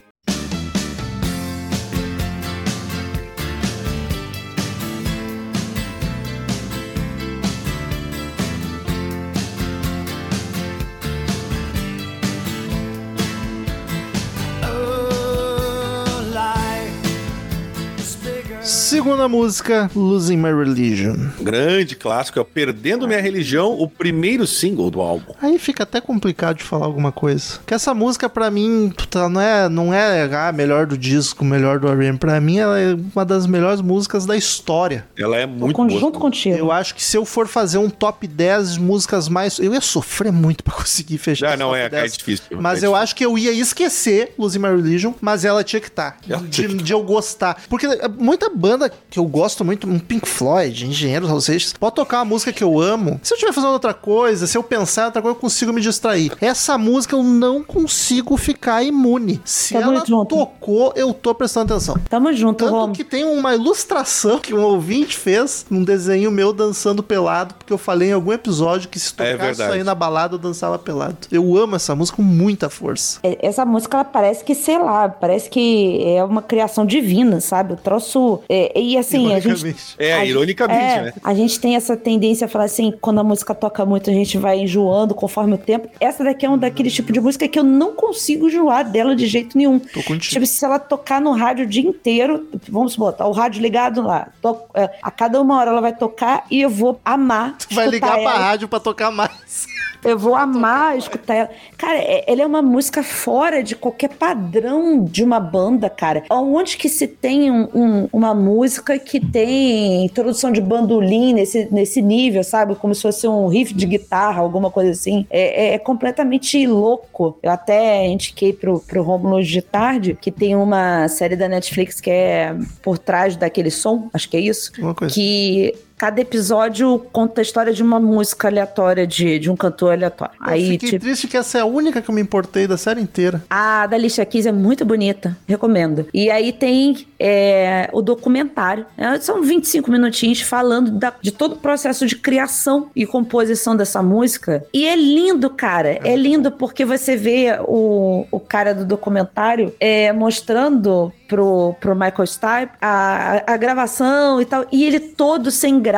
oh, life is bigger. Segunda música, Losing My Religion. Grande clássico, é o Perdendo Minha Religião, o primeiro single do álbum. Aí fica até complicado de falar alguma coisa. Que essa música pra mim, puta, não é, não é a melhor do disco, melhor do R&B, pra mim ela é uma das melhores músicas da história. Ela é Tô muito com, boa. junto contigo. Eu acho que se eu for fazer um top 10 de músicas mais, eu ia sofrer muito [LAUGHS] pra conseguir fechar. Já esse não top é, é 10. difícil. Mas É eu difícil. acho que eu ia esquecer Losing My Religion, mas ela tinha que estar. Ela tinha De, de eu gostar. Porque é, muita banda que eu gosto muito, um Pink Floyd, Engenheiros, Raul Seixas, pode tocar uma música que eu amo. Se eu estiver fazendo outra coisa, se eu pensar em outra coisa, eu consigo me distrair. Essa música eu não consigo ficar imune. Se Tá ela muito junto. tocou, eu tô prestando atenção. Tamo junto, Tanto Romo. que tem uma ilustração que um ouvinte fez num desenho meu dançando pelado, porque eu falei em algum episódio que se É tocasse verdade. aí na balada eu dançava pelado. Eu amo essa música com muita força. É, Essa música, ela parece que, sei lá, parece que é uma criação divina, sabe? O troço. é, e assim, a gente. [LAUGHS] Ironicamente. É, a- ironicamente, é, né? A gente tem essa tendência a falar assim, quando a música toca muito, a gente vai enjoando conforme o tempo. Essa daqui é um daquele tipo de música que eu não consigo enjoar dela de jeito nenhum. Tô contigo. Tipo, se ela tocar no rádio o dia inteiro, vamos botar o rádio ligado lá. to- é, a cada uma hora ela vai tocar e eu vou amar. [LAUGHS] Tu vai escutar ligar pra ela. rádio pra tocar mais. Eu vou amar escutar ela. Cara, é- ela é uma música fora de qualquer padrão de uma banda, cara. Onde que se tem um- um- uma música que tem introdução de bandolim nesse, nesse nível, sabe? Como se fosse um riff de guitarra, alguma coisa assim. É, é- é completamente louco. Eu até indiquei pro, pro Romulo hoje de tarde que tem uma série da Netflix que é Por Trás daquele Som, acho que é isso Uma coisa. que cada episódio conta a história de uma música aleatória de, de um cantor aleatório. Eu Aí, fiquei tipo, triste que essa é a única que eu me importei da série inteira. a da Alicia Keys é muito bonita, recomendo. E aí tem é, o documentário, né? são 25 minutinhos falando da- de todo o processo de criação e composição dessa música. E é lindo, cara, é lindo porque você vê o, o cara do documentário é, mostrando pro, pro Michael Stipe a, a- a gravação e tal. E ele todo sem graça,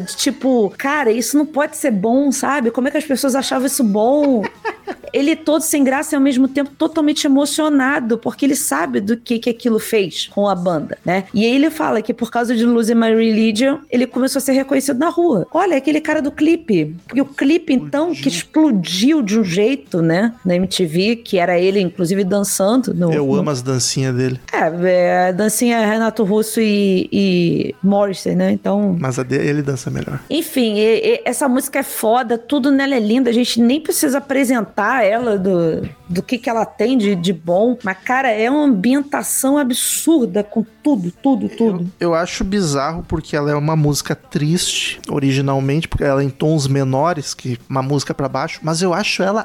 de tipo, cara, isso não pode ser bom, sabe? Como é que as pessoas achavam isso bom? ele é todo sem graça e ao mesmo tempo totalmente emocionado, porque ele sabe do que, que aquilo fez com a banda, né? E aí ele fala que por causa de Losing My Religion, ele começou a ser reconhecido na rua. Olha, aquele cara do clipe. Porque o clipe, então, que explodiu de um jeito, né? Na MTV, que era ele, inclusive, dançando. No, Eu no amo as dancinhas dele. é, é, dancinha é Renato Russo e, e Morrissey, né? Então. Mas a dele, ele dança melhor. Enfim, e- e- essa música é foda, tudo nela é linda, a gente nem precisa apresentar ela do, do que, que ela tem de, de bom. Mas, cara, é uma ambientação absurda com tudo, tudo, tudo. Eu acho bizarro porque ela é uma música triste, originalmente, porque ela é em tons menores, que uma música pra baixo, mas eu acho ela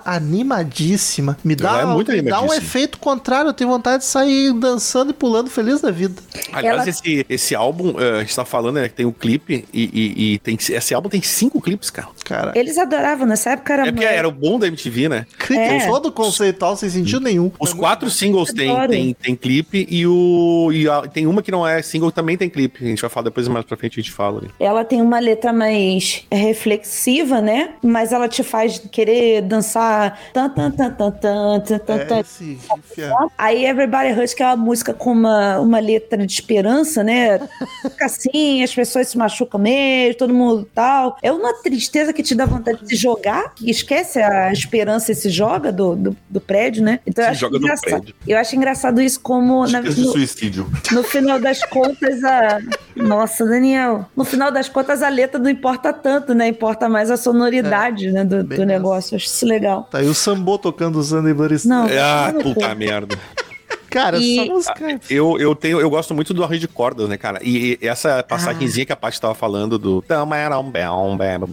animadíssima. Me dá, Ela é muito me dá um animadíssima. efeito contrário, eu tenho vontade de sair dançando e pulando feliz da vida. Aliás, Ela- esse, esse álbum, eh, a gente tá falando, né? Que tem o clipe e, e- e tem, esse álbum tem cinco clipes, cara. Cara, Eles adoravam, nessa época era. É porque era o bom da MTV, né? é. todo conceitual sem sentido nenhum. Os quatro singles tem, Adoro. tem, tem clipe e, o, e a- tem uma que não é single também tem clipe. A gente vai falar depois, mais pra frente a gente fala. né? ali. Ela tem uma letra mais reflexiva, né? Mas ela te faz querer dançar. Tan, tan, tan, tan, tan, tan, tan, É, tan. esse riff é- Aí Everybody Hurts, que é uma música com uma, uma letra de esperança, né? Fica assim, as pessoas se machucam mesmo, todo mundo tal. É uma tristeza que te dá vontade de se jogar, que esquece a esperança e se joga do, do, do prédio, né? Então eu Se acho joga do engraçado. prédio. Eu acho engraçado isso como, na- Dicas de no, suicídio. no final das [LAUGHS] contas, a... Nossa, Daniel. No final das contas, a letra não importa tanto, né? Importa mais a sonoridade né, do, É, bem do isso. negócio. Eu acho isso legal. Tá aí o Sambo tocando os Thunderbirds. Não. [LAUGHS] Ah, não, puta merda. Cara, E- essa música é Eu, eu, tenho, eu gosto muito do arranjo de cordas, né, cara? E, e essa passagenzinha Ah. que a Paty tava falando do.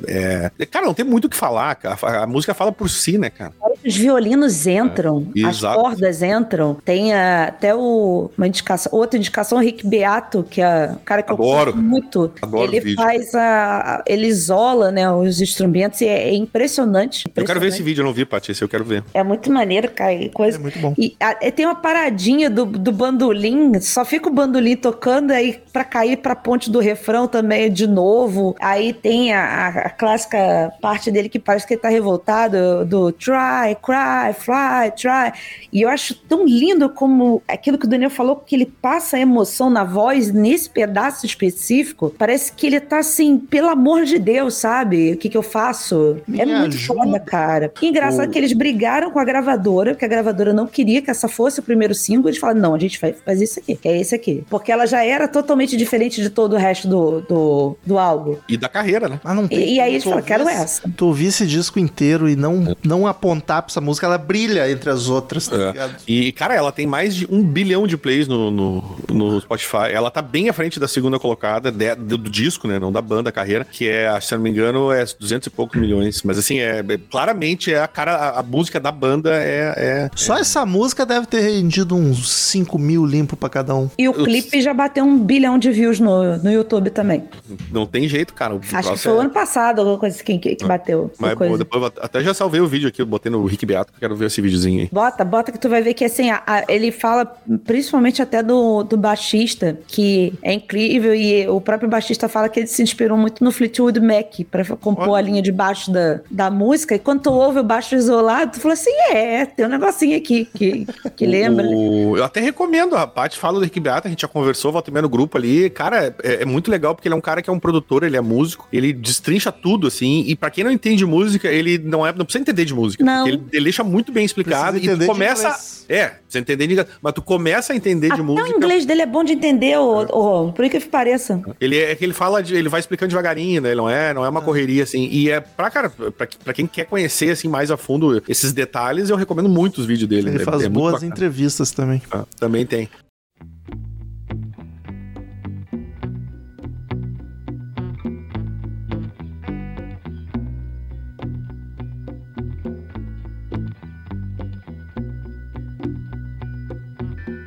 É, cara, não tem muito o que falar, cara. A música fala por si, né, cara? Os violinos entram, É, as exato. cordas entram. Tem a- até o, uma indicação, outra indicação, o Rick Beato, que é um cara que Adoro. eu curto muito. Adoro o ele vídeo. faz a. Ele isola né, os instrumentos e é, é impressionante. Eu quero ver esse impressionante. vídeo, eu não vi, Paty. Esse eu quero ver. É muito maneiro, cara. e Coisa. É muito bom. E a- é, tem uma paradinha do, do bandolim, só fica o bandolim tocando aí pra cair pra ponte do refrão também é de novo. Aí tem a, a- a clássica parte dele que parece que ele tá revoltado, do try, cry, fly, try. E eu acho tão lindo como aquilo que o Daniel falou, que ele passa a emoção na voz nesse pedaço específico. Parece que ele tá assim, pelo amor de Deus, sabe? O que que eu faço? é Me muito ajuda. foda, cara. Que engraçado que eles brigaram com a gravadora, porque a gravadora não queria que essa fosse o primeiro single. Eles falaram, não, a gente vai fazer isso aqui, que é esse aqui. Porque ela já era totalmente diferente de todo o resto do, do, do álbum. E da carreira, né? Ah, não tem E, e aí eles tu falaram, quero ouvir essa. esse- Tu ouvir esse disco inteiro e não, não apontar pra essa música, ela brilha entre as outras, tá É. ligado? E, cara, ela tem mais de um bilhão de plays no, no, no Spotify. Ela tá bem à frente da segunda colocada de- do, do disco, né? Não da banda, a carreira, que é, acho que, se eu não me engano, é 200 e poucos milhões. Mas, assim, é, é- claramente é a cara, a, a música da banda é. é- Só essa música deve ter rendido uns 5 mil limpo pra cada um. E o clipe já bateu um bilhão de views no, no YouTube também. não tem jeito, cara. O Acho que troço foi é- o ano passado alguma coisa que, que, que bateu. Mas alguma coisa. bom, depois eu vou- até já salvei o vídeo aqui, eu botei no Rick Beato, que eu quero ver esse videozinho aí. Bota, bota que tu vai ver que assim, a- a- ele fala principalmente até do, do baixista, que é incrível, e o próprio baixista fala que ele se inspirou muito no Fleetwood Mac pra compor a linha de baixo da, da música. E quando tu ouve o baixo isolado, tu fala assim: é, tem um negocinho aqui que, que lembra. [LAUGHS] O- Eu até recomendo, a Paty fala do Rick Beato, a gente já conversou, volta e meia no grupo ali. Cara, é, é muito legal porque ele é um cara que é um produtor, ele é músico, ele destrincha tudo, assim, e pra quem não entende música, ele não, é, não precisa entender de música. Não, porque ele, ele deixa muito bem explicado Precisa e tu entender de começa. inglês. É, você entender de inglês, mas tu começa a entender de Até o música. inglês dele é bom de entender, ô, ô, por que que pareça. Ele é é que ele fala, de- ele vai explicando devagarinho, né? Ele Não é, não é uma Ah. correria assim. E é pra cara, pra, pra quem quer conhecer assim mais a fundo esses detalhes, eu recomendo muito os vídeos dele. Ele É- faz é muito boas bacana. entrevistas também. Ah, Também tem.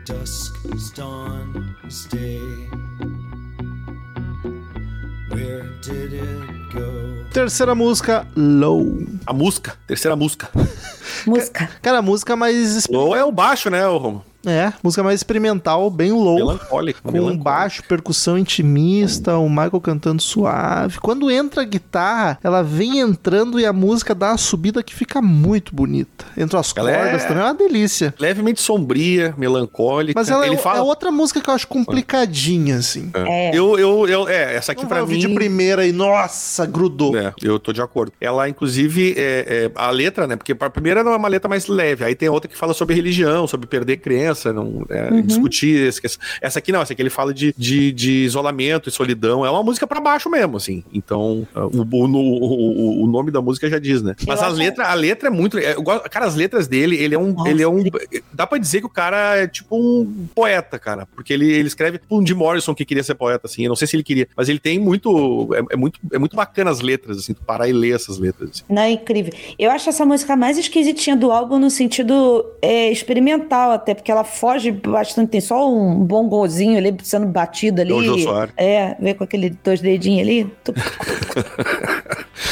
Dusk is dawn is day. Where did it go? Terceira música, Low. A música, terceira música. Música. Cara, a música mais. exp- Ou é o baixo, né, o Romo? É, música mais experimental, bem low. Melancólico. Com um melancólico. baixo, percussão intimista, o Michael cantando suave. Quando entra a guitarra, ela vem entrando e a música dá uma subida que fica muito bonita. Entre as Ela é- cordas também é uma delícia. Levemente sombria, melancólica. Mas ela é, ele o- fala. é outra música que eu acho complicadinha, assim. É. Eu, eu, eu, é, essa aqui Não pra vai ouvir mim. de primeira e, nossa, grudou. É, eu tô de acordo. Ela, inclusive, é, é, a letra, né? Porque a primeira não é uma letra mais leve, aí tem outra que fala sobre religião, sobre perder crença, não, é, Uhum. discutir. essa questão. Essa aqui não, essa aqui ele fala de, de, de isolamento e solidão. É uma música pra baixo mesmo, assim. Então, é, o, o, o- o- o nome da música já diz, né? Mas Eu as acho- letras, a letra é muito. é, eu gosto- cara, as letras dele, ele é um. Nossa, ele é um dá pra dizer que o cara é tipo um poeta, cara. Porque ele, ele escreve tipo um Jim Morrison que queria ser poeta, assim. Eu não sei se ele queria, mas ele tem muito. É, é muito, é muito bacana as letras, assim, tu parar e ler essas letras. assim. Não, é incrível. Eu acho essa música a mais esquisitinha do álbum no sentido é, experimental, até, porque ela foge bastante, tem só um bongozinho ali sendo batido ali. É o Jô Soares. É, vem com aquele dois dedinhos ali. [LAUGHS] Tu-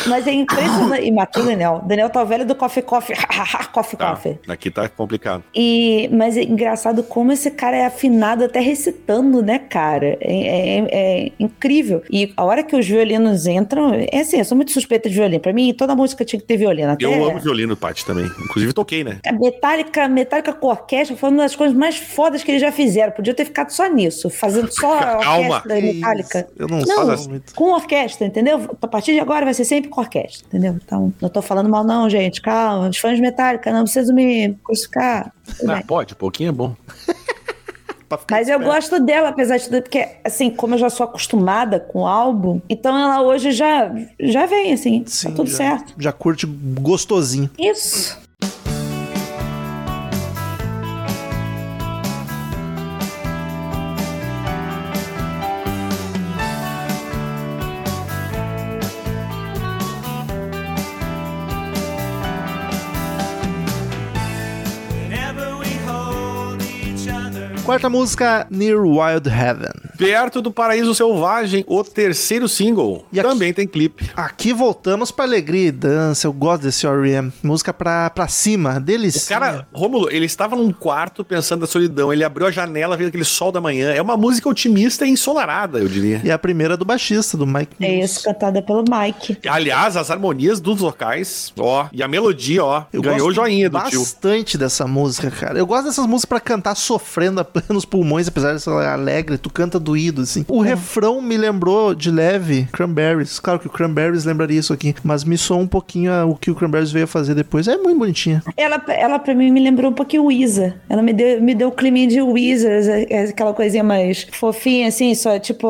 Mas é impressionante. E matou o Daniel. Daniel tá o velho do Coffee Coffee. [LAUGHS] coffee Tá, Coffee. aqui tá complicado. E, mas é engraçado como esse cara é afinado até recitando, né, cara? É, é- é incrível. E a hora que os violinos entram, é assim, eu sou muito suspeita de violino. Pra mim, toda música tinha que ter violino. Até Eu amo violino, Paty, também. Inclusive toquei, né? a Metallica, Metallica com orquestra foi uma das coisas mais fodas que eles já fizeram. Podia ter ficado só nisso, fazendo só a Calma. orquestra Metallica. Eu não, Não. falo muito. Com orquestra, entendeu? A partir de agora vai ser sempre com orquestra, entendeu? Então, não tô falando mal, não, gente. Calma, os fãs de Metallica, não precisam me crucificar. Tudo bem. Ah, pode, pouquinho é [LAUGHS] bom. Pra ficar Mas eu esperto. gosto dela, apesar de tudo, porque, assim, como eu já sou acostumada com o álbum, então ela hoje já, já vem, assim, Sim, tá tudo já- certo. Já curte gostosinho. Isso. Whenever we hold each other. Quarta música, Near Wild Heaven. Perto do Paraíso Selvagem, o terceiro single. E aqui- também tem clipe. Aqui voltamos pra alegria e dança. Eu gosto desse R.E.M. Música pra, pra cima, O delícia. cara, Rômulo, ele estava num quarto pensando na solidão. Ele abriu a janela, viu aquele sol da manhã. É uma música otimista e ensolarada, eu diria. E a primeira do baixista, do Mike É Mills. isso, cantada pelo Mike. Aliás, as harmonias dos locais, ó, e a melodia, ó, Eu ganhou o gosto joinha do tio. bastante dessa música, cara. Eu gosto dessas músicas pra cantar sofrendo a [LAUGHS] plenos pulmões, apesar de ser alegre, tu canta doído, assim. O refrão me lembrou de leve Cranberries. Claro que o Cranberries lembraria isso aqui, mas me soa um pouquinho a- o que o Cranberries veio fazer depois. É muito bonitinha. Ela, ela pra mim, me lembrou um pouquinho Weezer. Ela me deu, me deu o climinha de Weezer, é- é aquela coisinha mais fofinha, assim, só tipo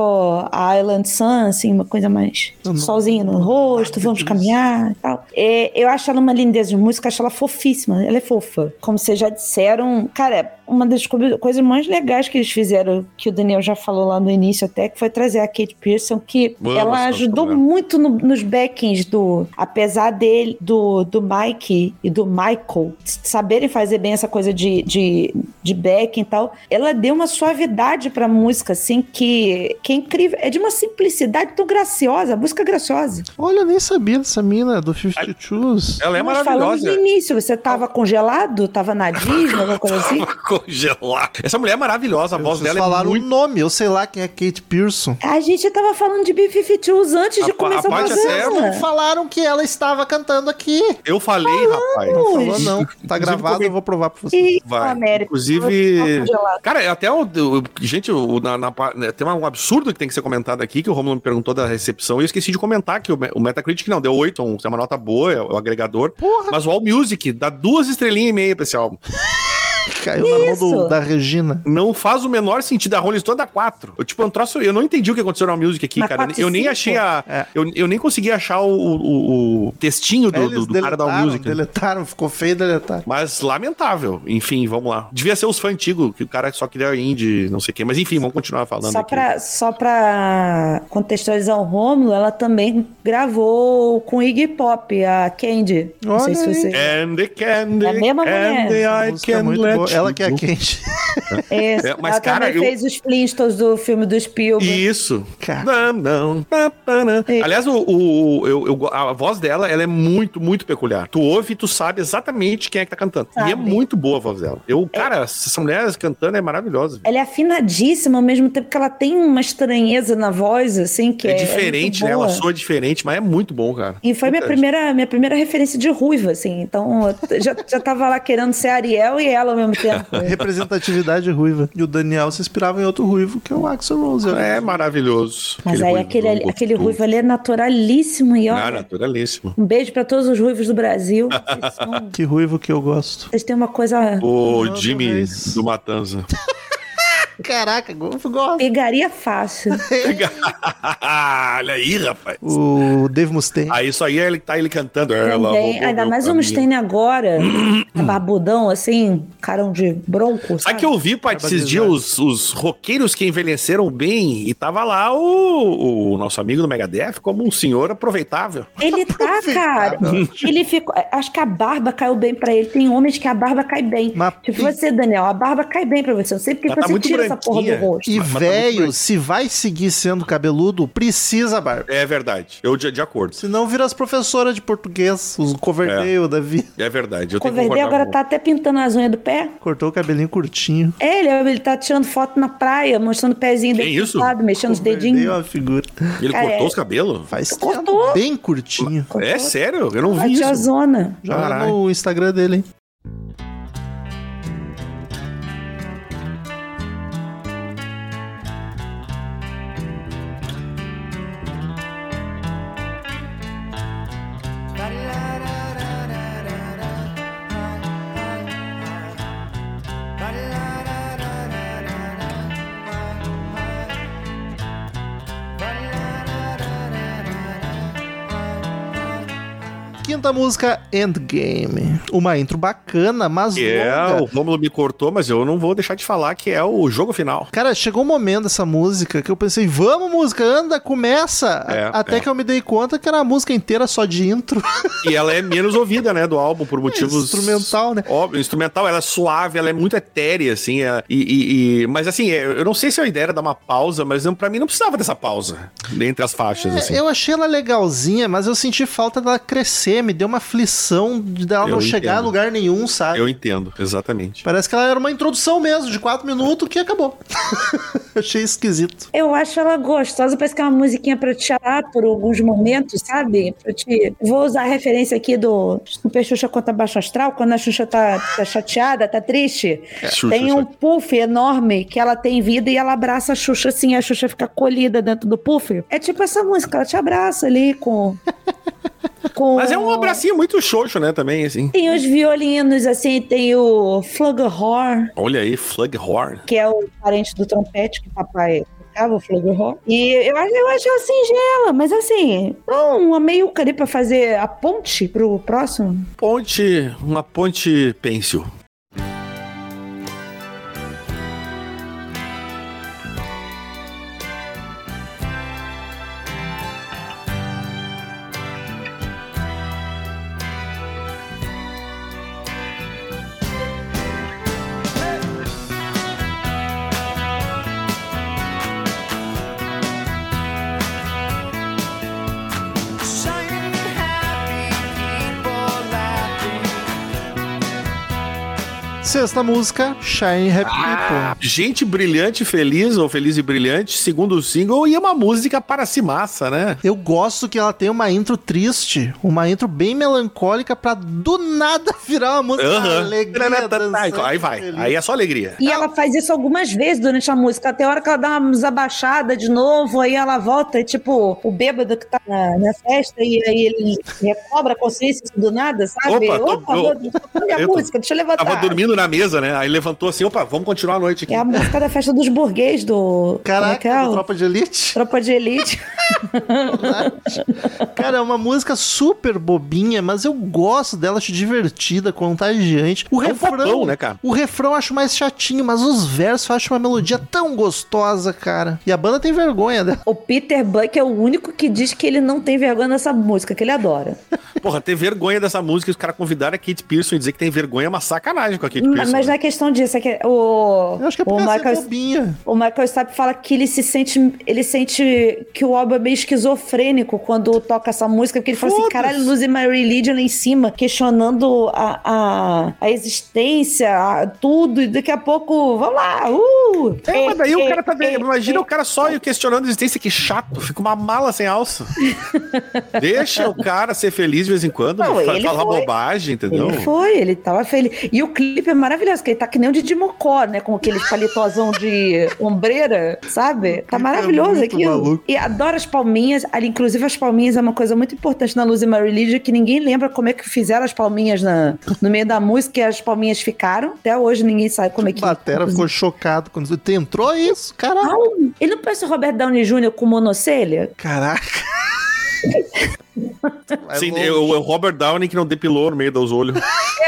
a Island Sun, assim, uma coisa mais solzinho no rosto, vamos caminhar e tal. É, eu acho ela uma lindeza de música, acho ela fofíssima, ela é fofa. Como vocês já disseram, cara, é uma das co- coisas mais legais que eles fizeram, que o Daniel já falou lá no início até, que foi trazer a Kate Pearson, que Vamos, ela vamos ajudou trabalhar. muito no- nos backings do. Apesar dele, do, do Mike e do Michael s- saberem fazer bem essa coisa de, de, de backing e tal, ela deu uma suavidade pra música, assim, que, que é incrível. É de uma simplicidade tão graciosa, a música é graciosa. Olha, eu nem sabia dessa mina do 52s. Ela é Nós [LAUGHS] falamos maravilhosa. [LAUGHS] no início, você tava congelado, tava na Disney, alguma coisa assim. Congelar. Essa mulher é maravilhosa, a voz Vocês dela falaram é muito... o nome, eu sei lá quem é Kate Pearson. A gente tava falando de B-52s antes A de pa- começar a o parte é programa. até- Falaram que ela estava cantando aqui. Eu falei, rapaz. Não Ui. falou não. Tá Inclusive, gravado, comi- eu vou provar pra você. Ih, Vai. América. Inclusive, Tá congelado. cara, é até o. o- gente, o- na- na pa- né, tem um absurdo que tem que ser comentado aqui, que o Romulo me perguntou da recepção, e eu esqueci de comentar que o, Me- o Metacritic não, deu 8, um, é uma nota boa, é o agregador. Mas o All Music dá duas estrelinhas e meia pra esse álbum. Caiu na mão do- Isso. da Regina. Não faz o menor sentido. A Rolling Stone dá quatro. Eu, tipo, um troço, eu não entendi o que aconteceu na Music aqui, Dá cara. quatro e Eu nem cinco. achei a. É. Eu, eu nem consegui achar o, o- o textinho do, Eles do- do cara da All deletaram, Music. né? deletaram, ficou feio deletar. Mas lamentável. Enfim, vamos lá. Devia ser os fãs antigos, que o cara só queria indie, não sei o quê. Mas enfim, vamos continuar falando Só aqui. pra, só pra contextualizar o Rômulo, ela também gravou com Iggy Pop, a Candy. Não sei Olha se você. And the candy, É a mesma and mulher. the Essa I música é can muito let boa. Ela que é you. quente. [LAUGHS] [LAUGHS] É, É, mas, ela cara, também eu- fez os Flintstones do filme do Spielberg. Isso. Cara. Não, não. Pá, pá, não. É. Aliás, o, o- eu- eu- a voz dela ela é muito, muito peculiar. Tu ouve e tu sabe exatamente quem é que tá cantando. E é Sabe. muito boa a voz dela. Eu, cara, essa mulher cantando é maravilhosa. velho. Ela é afinadíssima ao mesmo tempo que ela tem uma estranheza na voz, assim, que É, é. é diferente, muito né? Ela boa. soa diferente, mas é muito bom, cara. E foi minha Puta, primeira, minha primeira referência de ruiva, assim. Então, eu já, já tava lá querendo ser Ariel e ela ao [LAUGHS] mesmo tempo. É Representatividade ruiva. E o Daniel se inspirava em outro ruivo, que é o Axel Rose. É maravilhoso. Mas aí aquele, ruivo, ali- aquele gostoso. ruivo ali é naturalíssimo. E Ah, olha, naturalíssimo. um beijo pra todos os ruivos [LAUGHS] do Brasil. Vocês, são- Que ruivo que eu gosto. vocês têm uma coisa. O Não, é Jimmy talvez. do Matanza. [LAUGHS] Caraca, eu gosto. Pegaria fácil. Olha aí, rapaz. O Dave Mustaine. Aí isso aí ele tá ele cantando. Ela Também, roubou É. ainda meu mais o caminho. [CLEARS THROAT] Mustaine agora, um barbudão, assim, carão de bronco. Sabe Sabe? que eu vi, Paty, esses dias os, os roqueiros que envelheceram bem e tava lá o, o nosso amigo do Megadeth como um senhor aproveitável. Ele tá, cara. [LAUGHS] Ele ficou. Acho que a barba caiu bem pra ele. Tem homens que a barba cai bem. Mas Tipo tem- você, Daniel, a barba cai bem pra você. Não sei porque Ela tá você muito tira essa porra do branquinha. rosto. E Mas- mas tá velho, muito se vai seguir sendo cabeludo, precisa barba. É verdade. Eu de, de acordo. Senão vira as professoras de português, os Coverdale da vida. É verdade. Eu O tenho que Coverdale concordar agora com- tá até pintando as unhas do pé. Cortou o cabelinho curtinho. É, ele, ele tá tirando foto na praia, mostrando o pezinho Que dele isso? lado, mexendo os Coverdale é dedinhos. uma figura. Ele Cara, cortou é- os cabelos? Faz tempo, Cortou. bem curtinho. É sério? Eu não A vi tia isso. Zona. Já lá Caralho. no Instagram dele, hein? Quinta música, Endgame. Uma intro bacana, mas Que é, longa. o Rômulo me cortou, mas eu não vou deixar de falar que é o jogo final. Cara, chegou um momento dessa música que eu pensei, vamos música, anda, começa! É, Até é. que eu me dei conta que era a música inteira só de intro. [LAUGHS] E ela é menos ouvida, né, do álbum, por motivos... instrumental, né? Óbvio, instrumental, ela é suave, ela é muito etérea, assim, é- e, e- e- Mas, assim, é, eu não sei se a ideia era dar uma pausa, mas não, pra mim não precisava dessa pausa entre as faixas, É, assim. Eu achei ela legalzinha, mas eu senti falta dela crescer, me deu uma aflição de dela Eu não chegar a entendo. lugar nenhum, sabe? Eu entendo, exatamente. Parece que ela era uma introdução mesmo, de quatro minutos, que acabou. [LAUGHS] achei esquisito. Eu acho ela gostosa, parece que é uma musiquinha pra te chamar por alguns momentos, sabe? Pra te... Vou usar a referência aqui do Super Xuxa contra Baixo Astral, quando a Xuxa tá, tá chateada, tá triste. É, Xuxa, tem um sabe? puff enorme que ela tem vida e ela abraça a Xuxa assim, a Xuxa fica colhida dentro do puff. É tipo essa música, ela te abraça ali [LAUGHS] com. com... Mas é um abracinho muito xoxo, né, também, assim. Tem os violinos, assim, tem o flugelhorn, Olha aí, Flughorn. que é o parente do trompete que o papai tocava, o flugelhorn. E eu, acho- eu acho ela singela, mas assim, não, uma meiuca ali pra fazer a ponte pro próximo. Ponte, uma ponte pêncil. Sexta música, Shine Happy People. Gente Brilhante Feliz, ou Feliz e Brilhante, segundo single, e é uma música para si massa, né? Eu gosto que ela tem uma intro triste, uma intro bem melancólica pra do nada [LAUGHS] virar uma música Aham. Tá, alegria. dançante, Aí vai, feliz. aí é só alegria. E ela faz isso algumas vezes durante a música. Até a hora que ela dá uma desabaixada de novo, aí ela volta, e, tipo, o bêbado que tá na, na festa, e aí ele recobra a consciência do nada, sabe? Opa, tô- vou- eu- deixa eu fazer é a eu tô- música, deixa eu levantar. Tava dormindo na mesa, né? Aí levantou assim, opa, vamos continuar a noite aqui. É a música da festa dos burguês do. Caraca, como é que é? da tropa de elite. [LAUGHS] Tropa de Elite. Cara, é uma música super bobinha, mas eu gosto dela, acho divertida, contagiante. O É um refrão, popão, né, cara? O refrão eu acho mais chatinho, mas os versos eu acho uma melodia tão gostosa, cara. E a banda tem vergonha dela. o Peter Buck é o único que diz que ele não tem vergonha dessa música, que ele adora. Porra, ter vergonha dessa música e os caras convidaram a Kate Pearson e dizer que tem vergonha é uma sacanagem com a Kate Ma- Pearson. Mas né? não é questão disso, é que o. Eu acho que é o porque assim, ela é Michael, um- bobinha. o Michael Stipe fala que ele se sente. Ele sente que o álbum é meio esquizofrênico quando toca essa música, porque ele fala assim: Foda-se. caralho, Lose My Religion lá em cima, questionando a, a, a existência, a tudo, e daqui a pouco, vamos lá, uh! É, mas daí o cara tá bem. É, Imagina o cara só eu questionando a existência, que chato. Fica uma mala sem alça. [LAUGHS] Deixa o cara ser feliz de vez em quando, Não, fa- ele falar foi- bobagem, entendeu? Ele foi, ele tava feliz. E o clipe é maravilhoso, que ele tá que nem o Didi Mocó, né? Com aquele palitozão de ombreira, sabe? Tá maravilhoso é muito aquilo. maluco. E adoro as palminhas. Ali, inclusive, as palminhas é uma coisa muito importante na Luz e My Religion, que ninguém lembra como é que fizeram as palminhas na, no meio da música e as palminhas ficaram. Até hoje ninguém sabe como é que. O Batera ficou chocado quando tu entrou é isso, caralho. Não, ele não parece o Robert Downey Jr. com monocelha? Caraca. Vai [LAUGHS] Sim, longe. é o é o Robert Downey que não depilou no meio dos olhos.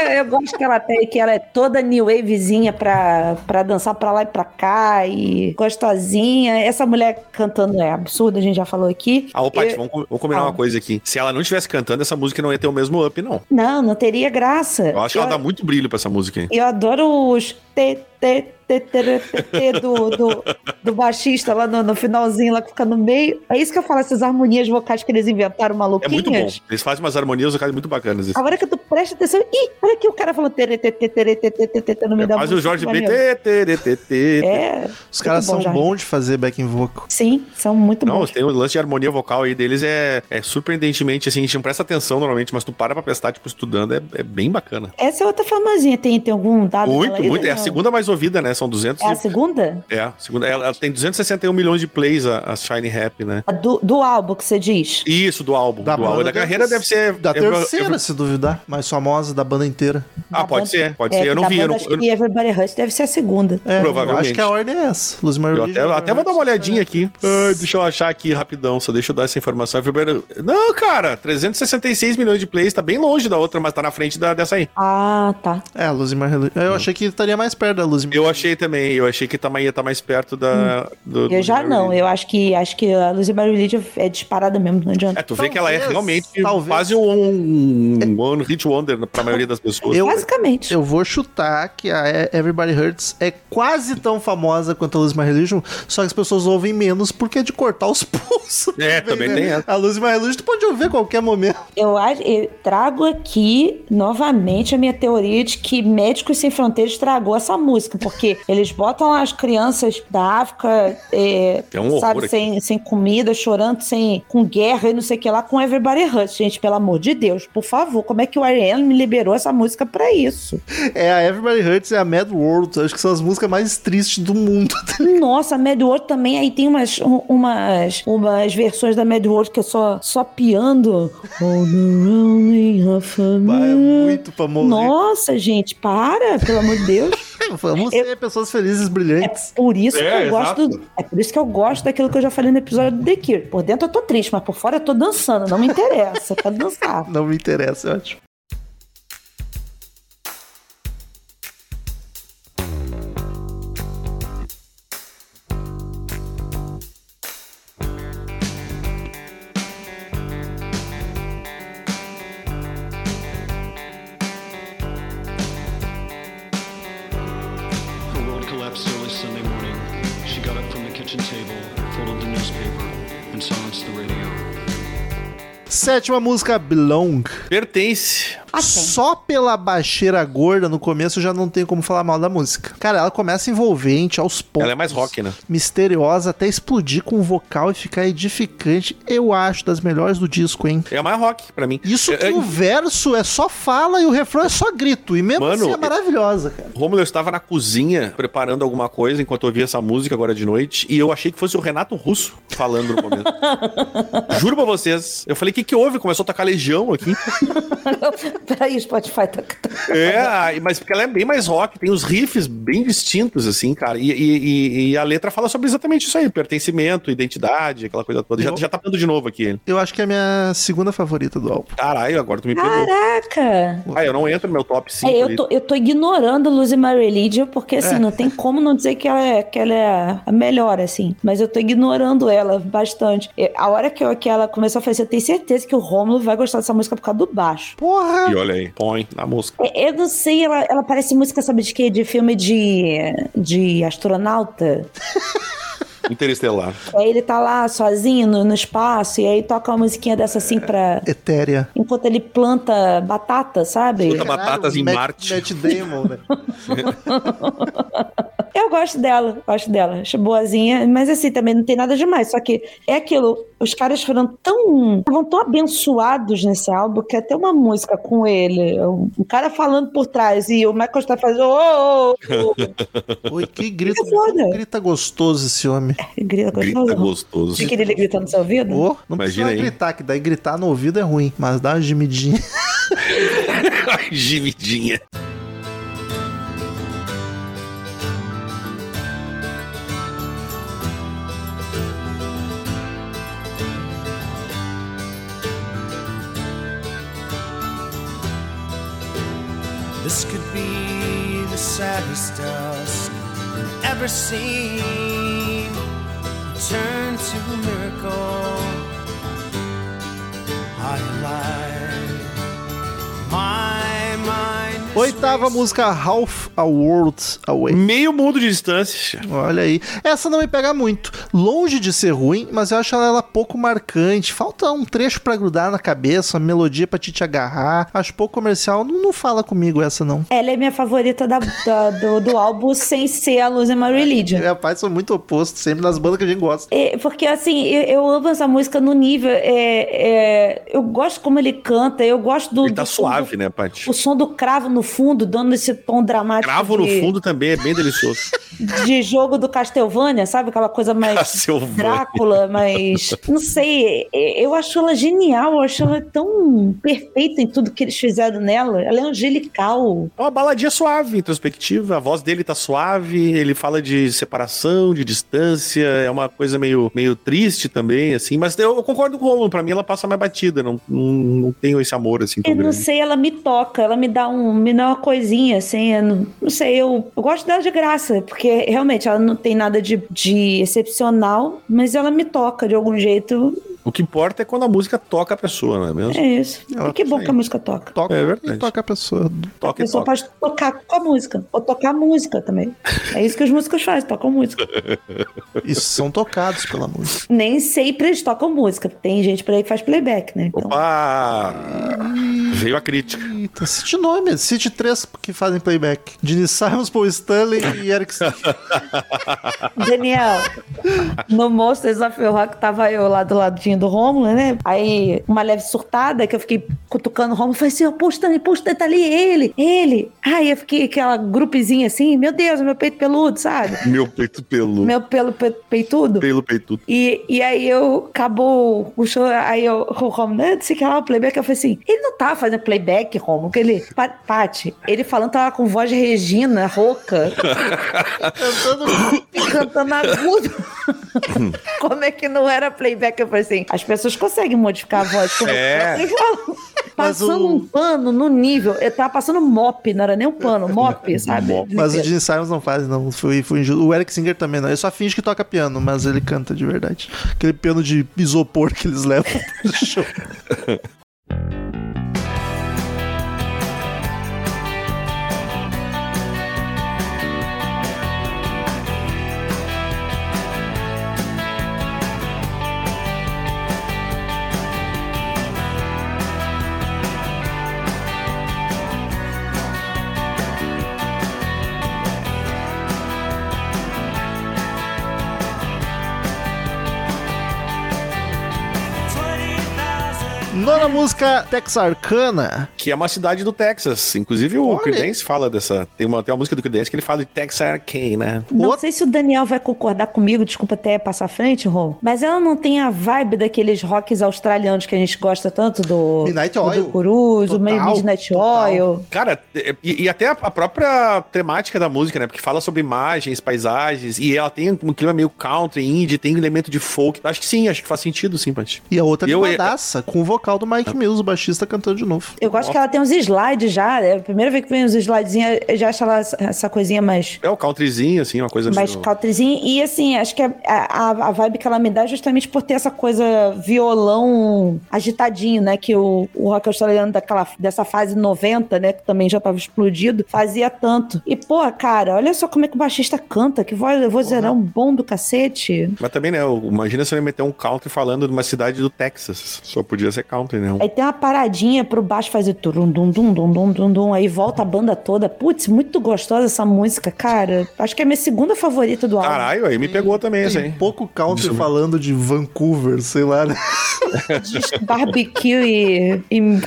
Eu, eu gosto que ela tem, que ela é toda new wavezinha pra, pra dançar pra lá e pra cá e gostosinha. Essa mulher cantando é absurda, a gente já falou aqui. Ah, ô, Paty, Eu- vamos, com- vamos combinar Ah. uma coisa aqui. Se ela não estivesse cantando, essa música não ia ter o mesmo up, não. Não, não teria graça. Eu acho que é ela dá muito brilho pra essa música aí. eu adoro os te, te, te, tere, te, te do, do, do baixista lá no, no finalzinho, lá que fica no meio. É isso que eu falo, essas harmonias vocais que eles inventaram, É maluquinhas. muito bom. Eles fazem umas harmonias vocais muito bacanas. assim. Agora que tu presta atenção. Ih, olha aqui o cara falando tere, te, te, tere, te, te, te, te, no meio É da quase o música, Jorge que Ben. maneiro. tê, tê, tê, tê, tê, tê. É. Os caras muito bom, são Jorge. bons de fazer backing vocal. Sim, são muito Não, bons. tem o lance de harmonia vocal aí deles é, é surpreendentemente assim, a gente não presta atenção normalmente, mas tu para pra prestar, tipo, estudando, é, é bem bacana. Essa é outra famosinha. Tem, tem algum dado dela Muito, aí? muito. É a Não. segunda mais ouvida, né? São 200 É a e... segunda? É, a segunda. Ela, ela tem 261 milhões de plays, a, a Shiny Rap, né? A Do, do álbum que você diz. Isso, do álbum. do álbum. banda Da carreira deve ser... Da Every- terceira, Every- se duvidar. Mais famosa da banda inteira. Ah, Da pode banda- ser, pode é, ser. Eu não da vi, eu banda, não- acho eu não- que Everybody Hurts deve ser a segunda. É, Provavelmente. eu acho que a ordem é essa. Luz Eu até, eu até vou dar uma olhadinha aqui. Ah, deixa eu achar aqui rapidão, só deixa eu dar essa informação. Everybody- Não, cara, 366 milhões de plays, tá bem longe da outra, mas tá na frente da, dessa aí. Ah, tá. É, a Luz e Mar- Hum. Eu achei que estaria mais perto da Luz e Mar- Eu achei também, eu achei que Tamaia tá mais perto da. do- do Hum. Eu já não. Eu acho que, acho que a Lucy Mary Religion é disparada mesmo, não É, adianta. tu vê que ela é Talvez, realmente talvez. quase um, um one hit wonder pra maioria das pessoas. Eu- Basicamente. Eu vou chutar que a Everybody Hurts é quase tão famosa quanto a Luz My Religion, só que as pessoas ouvem menos porque é de cortar os pulsos. né? É, também tem essa. A Luz My Religion tu pode ouvir a qualquer momento. Eu, acho- eu trago aqui novamente a minha teoria de que Médicos Sem Fronteiras estragou essa música, porque [LAUGHS] eles botam as crianças da África, é, É um horror sabe, aqui. sem, sem comida, chorando, sem, com guerra e não sei o que lá, com Everybody Hurts. Gente, pelo amor de Deus, por favor, como é que o R.M. me liberou essa música pra isso? [LAUGHS] É, a Everybody Hurts e a Mad World, acho que são as músicas mais tristes do mundo. [LAUGHS] Nossa, a Mad World também, aí tem umas, um, umas, umas versões da Mad World que é só, só piando. All the rolling of a Vai, é Hum, muito pra morrer. Nossa, gente, para, pelo amor de [LAUGHS] Deus. [LAUGHS] Vamos ser pessoas felizes, É brilhantes. por isso É, que eu exato. gosto. É por isso que eu gosto daquilo que eu já falei no episódio do The Cure. Por dentro eu tô triste, mas por fora eu tô dançando. Não me interessa, eu quero dançar. Não me interessa, é eu acho. Her world collapsed early Sunday morning. She got up from the kitchen table, folded the newspaper, and silenced the radio. Sétima música, Belong. Pertence Ok. Só pela baixeira gorda no começo já não tem como falar mal da música. Cara, ela começa envolvente aos poucos. Ela é mais rock, né? Misteriosa até explodir com o vocal e ficar edificante. Eu acho das melhores do disco, hein? É a mais rock pra mim. Isso é, que é, o verso é só fala e o refrão é só grito. E mesmo Mano, assim é maravilhosa, cara. Romulo, eu estava na cozinha preparando alguma coisa enquanto eu ouvia essa música agora de noite e eu achei que fosse o Renato Russo falando no [LAUGHS] momento. Juro pra vocês. Eu falei, o que que houve? Começou a tocar Legião aqui. [LAUGHS] Peraí, o Spotify tá. tá- [LAUGHS] É, aí- mas porque ela é bem mais rock, tem uns riffs bem distintos, assim, cara. E, e- e- e a letra fala sobre exatamente isso aí: pertencimento, identidade, aquela coisa toda. Já, Eu- já tá dando de novo aqui. Eu acho que é a minha segunda favorita do álbum. Caralho, agora tu me pegou. Caraca! Ah, eu não entro no meu top 5. É, eu, tô, eu tô ignorando Luz e Marelidia, porque assim, É. não tem como não dizer que ela, é, que ela é a melhor, assim. Mas eu tô ignorando ela bastante. E a hora que, eu- que ela começou a fazer, eu tenho certeza que o Romulo vai gostar dessa música por causa do baixo. Porra! E olha aí, põe na música. É, Eu não sei, ela, ela parece música, sabe de quê? De filme de, de astronauta. Interestelar. Aí ele tá lá sozinho no, no espaço, e aí toca uma musiquinha dessa assim pra. Etérea. Enquanto ele planta batata, sabe? Chuta batatas em Matt- Marte. Matt Damon, né? Eu gosto dela, gosto dela. Acho boazinha, mas assim, também não tem nada demais. Só que é aquilo, os caras foram tão. estavam tão abençoados nesse álbum que até uma música com ele, um um cara falando por trás e o Michael está fazendo. "Ô, ô, ô, ô". Oi, [LAUGHS] que grito. Que foda. Grita gostoso esse homem. Grita Grita gostoso. gostoso. [LAUGHS] Fica ele gritando no seu ouvido? Ô, não precisa Imagina aí. gritar, que daí gritar no ouvido é ruim, mas dá uma [LAUGHS] gemidinha. Gemidinha. This could be the saddest dusk I've ever seen. Turn to a miracle. I am alive. My mind. is Oitava racing. música, Half a World Away. Meio mundo de distância. Olha aí. Essa não me pega muito. Longe de ser ruim, mas eu acho ela, ela pouco marcante. Falta um trecho pra grudar na cabeça, uma melodia pra te, te agarrar. Acho pouco comercial. Não, não fala comigo essa, não. Ela é minha favorita da- da- do, do álbum sem ser a Luz e Maria Religion. Meu pai são muito opostos, sempre nas bandas que a gente gosta. É, porque assim, eu, eu amo essa música no nível. é, é, eu gosto como ele canta, eu gosto do. Ele tá do som suave, do- né, Paty? O som do cravo no fundo, dando esse tom dramático. Cravo no de- fundo também é bem [LAUGHS] delicioso. De jogo do Castlevania, sabe? Aquela coisa Tá mais. Castlevania. Drácula, mas. Não sei. é, Eu acho ela genial, eu acho ela tão perfeita em tudo que eles fizeram nela. Ela é angelical. É uma baladinha suave, introspectiva. A voz dele tá suave, ele fala de separação, de distância. É uma coisa meio, meio triste também, assim. Mas eu, eu concordo com o Romulo, pra mim ela passa mais batida. Não, não, não tenho esse amor, assim, tão Eu não grande. sei, ela me toca, ela me dá um, me dá uma coisinha, assim, eu não, não sei, eu, eu gosto dela de graça, porque realmente ela não tem nada de, de excepcional, mas ela me toca de algum jeito, O que importa é quando a música toca a pessoa, não é mesmo? é isso. Ela e que bom tá que a música toca. Toca É e verdade. toca a pessoa. A Toca e pessoa toca. pode tocar com a música, ou tocar música também. É isso que os músicos fazem, tocam música. Isso, são tocados pela música. Nem sempre eles tocam música, porque tem gente por aí que faz playback, né? Então, Opa! Ah, Veio a crítica. Eita, cite nome, cite três que fazem playback. Gene Simons, Paul Stanley e Eric Stone. Daniel, no Monsters of Rock tava eu lá do ladinho do Romulo, né? Aí, uma leve surtada que eu fiquei cutucando o Romulo, falei assim, ó, postando, postando, tá ali ele, ele. Aí eu fiquei aquela grupezinha assim, meu Deus, meu peito peludo, sabe? Meu peito peludo. Meu pelo pe- peitudo. Pelo peitudo. E, e aí eu acabou o show, aí eu, o Romulo, né, disse que era o playback, eu falei assim, ele não tava fazendo playback, Romulo, que ele, Pa- Paty, ele falando tava com voz de Regina, [LAUGHS] rouca, [LAUGHS] cantando agudo. [LAUGHS] Como é que não era playback? Eu falei assim, as pessoas conseguem modificar a voz. Como É. que elas falam? Mas Passando o- um pano no nível, eu tava passando mop, não era nem um pano, mop, sabe? Mop. Mas o Gene Simons não faz, não. Foi, foi injusto. O Eric Singer também não. Ele só finge que toca piano, mas ele canta de verdade. Aquele piano de isopor que eles levam [LAUGHS] pro show. Mandou na música Texarkana. que é uma cidade do Texas. Inclusive o Olha. Creedence fala dessa. Tem uma, tem uma música do Creedence que ele fala de Texarkana. Não Outra- sei se o Daniel vai concordar comigo, desculpa até passar à frente, Ron, mas ela não tem a vibe daqueles rocks australianos que a gente gosta tanto do Midnight do Oil. Curuzu, Total, meio Midnight total. Oil. Cara, é, e, e até a, a própria temática da música, né? Porque fala sobre imagens, paisagens, e ela tem um clima meio country, indie, tem elemento de folk. Acho que sim, acho que faz sentido, sim, Paty. E a outra é Eu- animadaça, com o vocal do Mike Mills, o baixista, cantando de novo. Eu gosto que ela tem uns slides já. É a primeira vez que vem uns slidezinhos, eu já acho ela essa- essa coisinha mais. É o countryzinho, assim, uma coisa Mais meio- caltrezinha. E assim, acho que a, a, a vibe que ela me dá é justamente por ter essa coisa violão agitadinho, né? Que o, o rock australiano daquela, dessa fase 90, né? Que também já tava explodido, fazia tanto. E, pô, cara, olha só como é que o baixista canta, que voz- vozeirão é um bom do cacete. Mas também, né? o- Imagina se eu ia meter um country falando de uma cidade do Texas. Só podia ser country, né? Aí tem uma paradinha pro baixo fazer turum dum dum dum dum dum dum aí volta a banda toda. Putz, muito gostosa essa música, cara. Acho que é a minha segunda favorita do álbum. Caralho, aí me pegou também esse aí. Tem pouco country Isso é mesmo. falando de Vancouver, sei lá, né? Barbecue e, e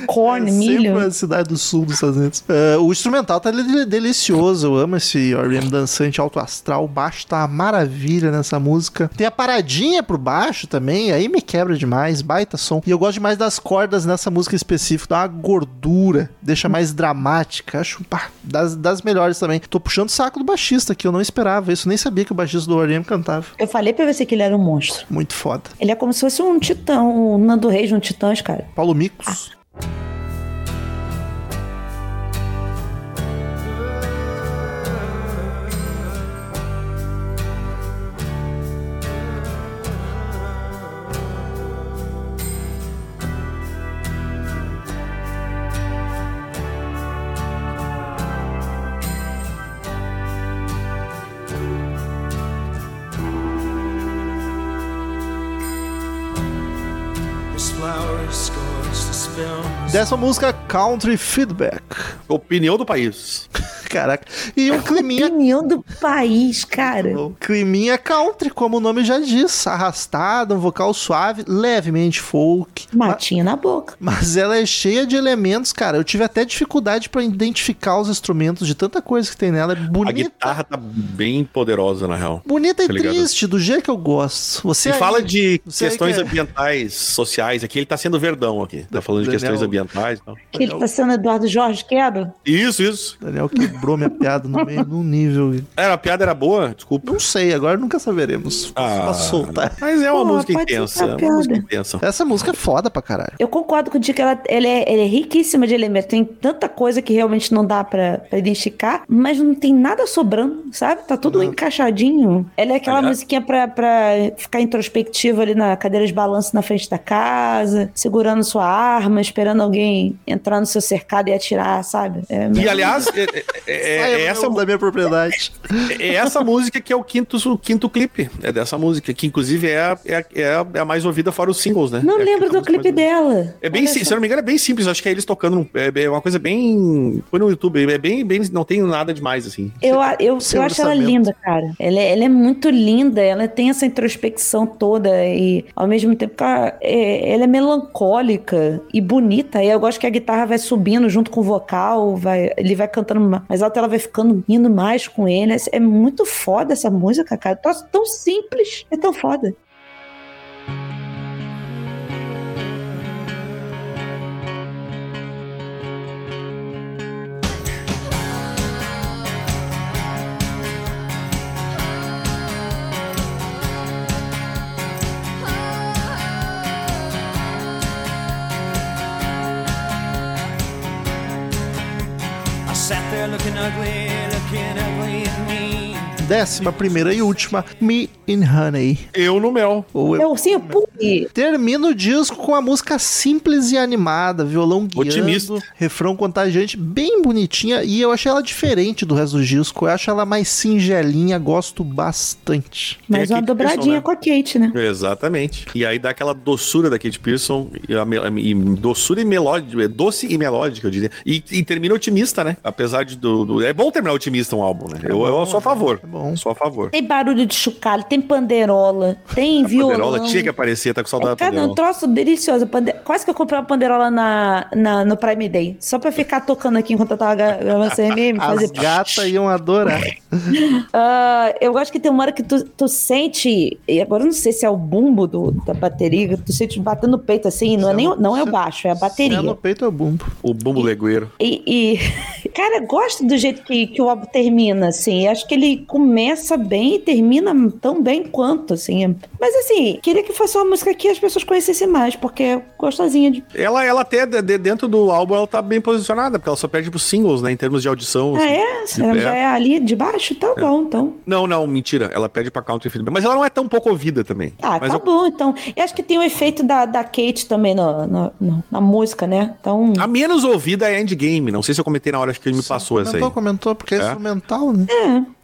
[LAUGHS] corn, É milho. Sempre a cidade do sul dos Estados Unidos. É, o instrumental tá deli- delicioso. Eu amo esse R.E.M. dançante alto astral. O baixo tá uma maravilha nessa música. Tem a paradinha pro baixo também. Aí me quebra demais. Baita som. E eu gosto demais das cordas nessa música específica. Dá uma gordura. Deixa mais dramática. Acho pá, das, das melhores também. Tô puxando o saco do baixista que Eu não esperava isso. Nem sabia que o baixista do R.E.M. cantava. Eu falei pra você que ele era um monstro. Muito foda. Ele é como se fosse um titã, um Nando Reis, um titãs, cara. Paulo Micos. This flower is scorched, the spell is Dessa música, Country Feedback. Opinião do país. Caraca. E um climinha Opinião do país, cara. O Climinha country, como o nome já diz, arrastado, um vocal suave, levemente folk. Matinha na boca. Mas ela é cheia de elementos, cara. Eu tive até dificuldade pra identificar os instrumentos de tanta coisa que tem nela. É A bonita, guitarra tá bem poderosa, na real. bonita e Tá ligado? triste, do jeito que eu gosto. Você E aí- fala de você aí questões que é- ambientais, sociais. Aqui ele tá sendo verdão aqui. Tá falando de Daniel- questões ambientais e tal. Que ele tá sendo Eduardo Jorge, quero. Isso, isso. Daniel quebrou minha piada no meio num nível. Era, a piada era boa, desculpa. Não sei, agora nunca saberemos. Ah. Só soltar. Mas é uma Pô, música pode intensa. ser É piada. uma música intensa. Essa música é foda pra caralho. Eu concordo com o dia que ela, ela é, ela é riquíssima de elementos. Tem tanta coisa que realmente não dá pra, pra identificar, mas não tem nada sobrando, sabe? Tá tudo encaixadinho. Ela é aquela Aliás- musiquinha pra, pra ficar introspectivo ali na cadeira de balanço na frente da casa, segurando sua arma, esperando alguém entrar no seu cercado e atirar, sabe? É, E aliás, é, é- é- é Saia do essa, meu- da minha propriedade. é essa música que é o quinto, o quinto clipe. É dessa música, que inclusive é a, é a- é a- é a mais ouvida fora os singles, né? não É a lembro quinta do música clipe mais ouvida. dela. É bem, sim- se eu não me engano, é bem simples. Acho que é eles tocando. num- É é uma coisa bem. Foi no YouTube. É bem, bem. Não tem nada demais, assim. Eu, a- eu, Seu eu acho ela orçamento. linda, cara. Ela é, ela é muito linda, ela tem essa introspecção toda e ao mesmo tempo que ela é, ela é melancólica e bonita. E eu gosto que a guitarra vai subindo junto com o vocal, vai, ele vai cantando ma- mais alto, ela vai ficando indo mais com ele. É muito foda essa música, cara. Tão, tão simples, é tão foda. I sat there looking ugly, looking ugly at me. Décima primeira e última, Me in Honey. Eu no mel. Ou É o ursinho Pug. Termina o disco com a música simples e animada, violão guiando, Otimista. refrão contagiante, bem bonitinha, e eu achei ela diferente do resto do disco, eu acho ela mais singelinha, gosto bastante. Mais a uma Kate Pearson, dobradinha né? com a Kate, né? Exatamente. E aí dá aquela doçura da Kate Pearson, e a mel- e doçura e melódica, doce e melódica, eu diria. E, e termina otimista, né? Apesar de do, do- É bom terminar assista um álbum, né? Eu, eu sou a favor. É bom. Sou a favor. Tem barulho de chocalho, tem panderola, tem um violão. Panderola tinha que aparecer, tá com saudade É, da cara, um Panderola. troço delicioso. Pande- Quase que eu comprei uma panderola na, na- no Prime Day. Só pra ficar tocando aqui enquanto eu tava gra- [LAUGHS] gravando CMM. As fazer... gatas iam adorar. Ah, eu acho que tem uma hora que tu, tu sente, e agora eu não sei se é o bumbo do- da bateria, tu sente batendo no peito assim, [LAUGHS] não é, nem, o- não é o baixo, é a É no bateria. peito é o bumbo. O Bumbo Legueiro. E, e- [LAUGHS] cara, eu gosto do jeito que, que o álbum termina, assim. Acho que ele começa bem e termina tão bem quanto, assim. Mas assim, queria que fosse uma música que as pessoas conhecessem mais, porque é gostosinha de. Ela, ela até, de- de- dentro do álbum, ela tá bem posicionada, porque ela só perde pros singles, né? Em termos de audição. Ah, assim. é? Ela já é ali de baixo? Tá bom, então. Não, não, mentira. Ela perde pra Country Feedback. Mas ela não é tão pouco ouvida também. Ah, Mas tá eu- bom, então. Eu acho que tem o efeito da, da Kate também na, na, na- na música, né? Então. A menos ouvida é Endgame. Não sei se eu comentei na hora, acho que ele me passou essa aí. Comentou, comentou, porque é, É? instrumental, né?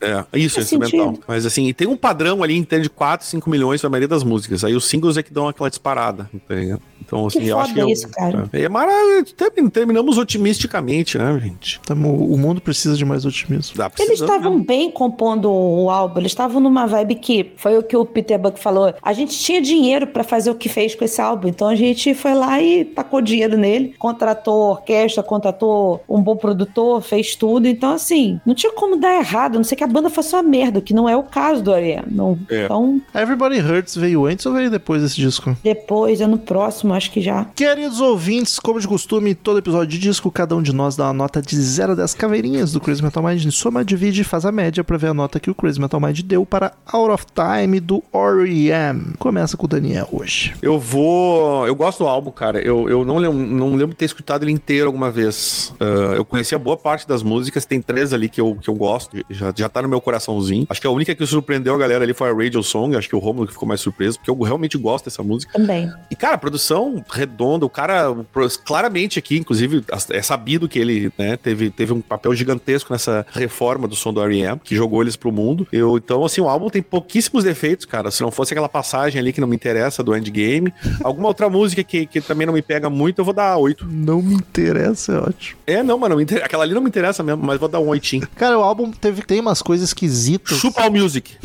É, isso, é Faz instrumental. sentido. Mas assim, e tem um padrão ali em termos de 4, 5 milhões pra maioria das músicas. Aí os singles é que dão aquela disparada. tá ligado? Então, assim, Que eu acho que. foda eu- isso, cara. É, é maravilhoso. Termin- Terminamos otimisticamente, né, gente? Tamo- o mundo precisa de mais otimismo. Dá um Eles precisando, estavam bem compondo o álbum, eles estavam numa vibe que foi o que o Peter Buck falou. A gente tinha dinheiro pra fazer o que fez com esse álbum, então a gente foi lá e tacou dinheiro nele, contratou orquestra, contratou um bom produtor, fez tudo. Então, assim, não tinha como dar errado, a não ser que a banda fosse uma merda, que não é o caso do Ariel. Não. É. Então, Everybody Hurts veio antes ou veio depois desse disco? depois, ano próximo, acho que já. Queridos ouvintes, como de costume, todo episódio de disco, cada um de nós dá uma nota de 0 a 10 caveirinhas do Crazy Metal Mind, soma, divide e faz a média pra ver a nota que o Crazy Metal Mind deu para Out of Time do R.E.M. Começa com o Daniel hoje. Eu vou. Eu gosto do álbum, cara. Eu, eu não, lembro, não lembro de ter escutado ele inteiro alguma vez. Ah, eu conheci a boa parte das músicas, tem três ali que eu, que eu gosto, já, já tá no meu coraçãozinho. Acho que a única que surpreendeu a galera ali foi a Radio Song, acho que o Romulo que ficou mais surpreso, porque eu realmente gosto dessa música. Também. E, cara, a produção redonda, o cara, pro- claramente aqui, inclusive, as- é sabido que ele né, teve, teve um papel gigantesco nessa reforma do som do R.E.M., que jogou eles pro mundo. Eu, então, assim, o álbum tem pouquíssimos defeitos, cara. Se não fosse aquela passagem ali que não me interessa do Endgame, alguma outra música que, que também não me pega muito, eu vou dar oito. Não me interessa, é ótimo. É, não, mano, me inter- aquela ali não me interessa mesmo, mas vou dar um oitinho. Cara, o álbum teve, tem umas coisas esquisitas, Chupa o music.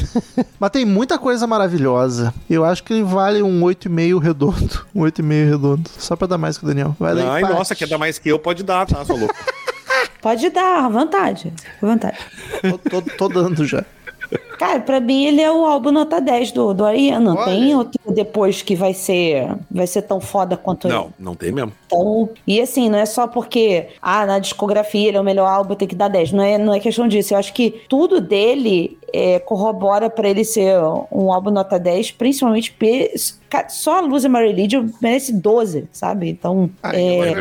mas tem muita coisa maravilhosa. Eu acho que ele vale um 8,5 redondo. [LAUGHS] Um 8,5 redondo. Só pra dar mais que o Daniel. Vai daí, Ai, Paty. nossa, quer dar mais que eu, pode dar, tá, sou louco. Pode dar, à vontade. à vontade. [LAUGHS] Tô, tô- tô dando já. Cara, pra mim ele é o álbum nota 10 do, do Ariana. Não Olha tem outro depois que vai ser, vai ser tão foda quanto ele. Não, não tem mesmo. Então, e assim, não é só porque, ah, na discografia ele é o melhor álbum, tem que dar 10. Não é, não é questão disso. Eu acho que tudo dele é, corrobora pra ele ser um álbum nota 10, principalmente pe- ca- só a Luz and My Religion merece 12, sabe? Então, é,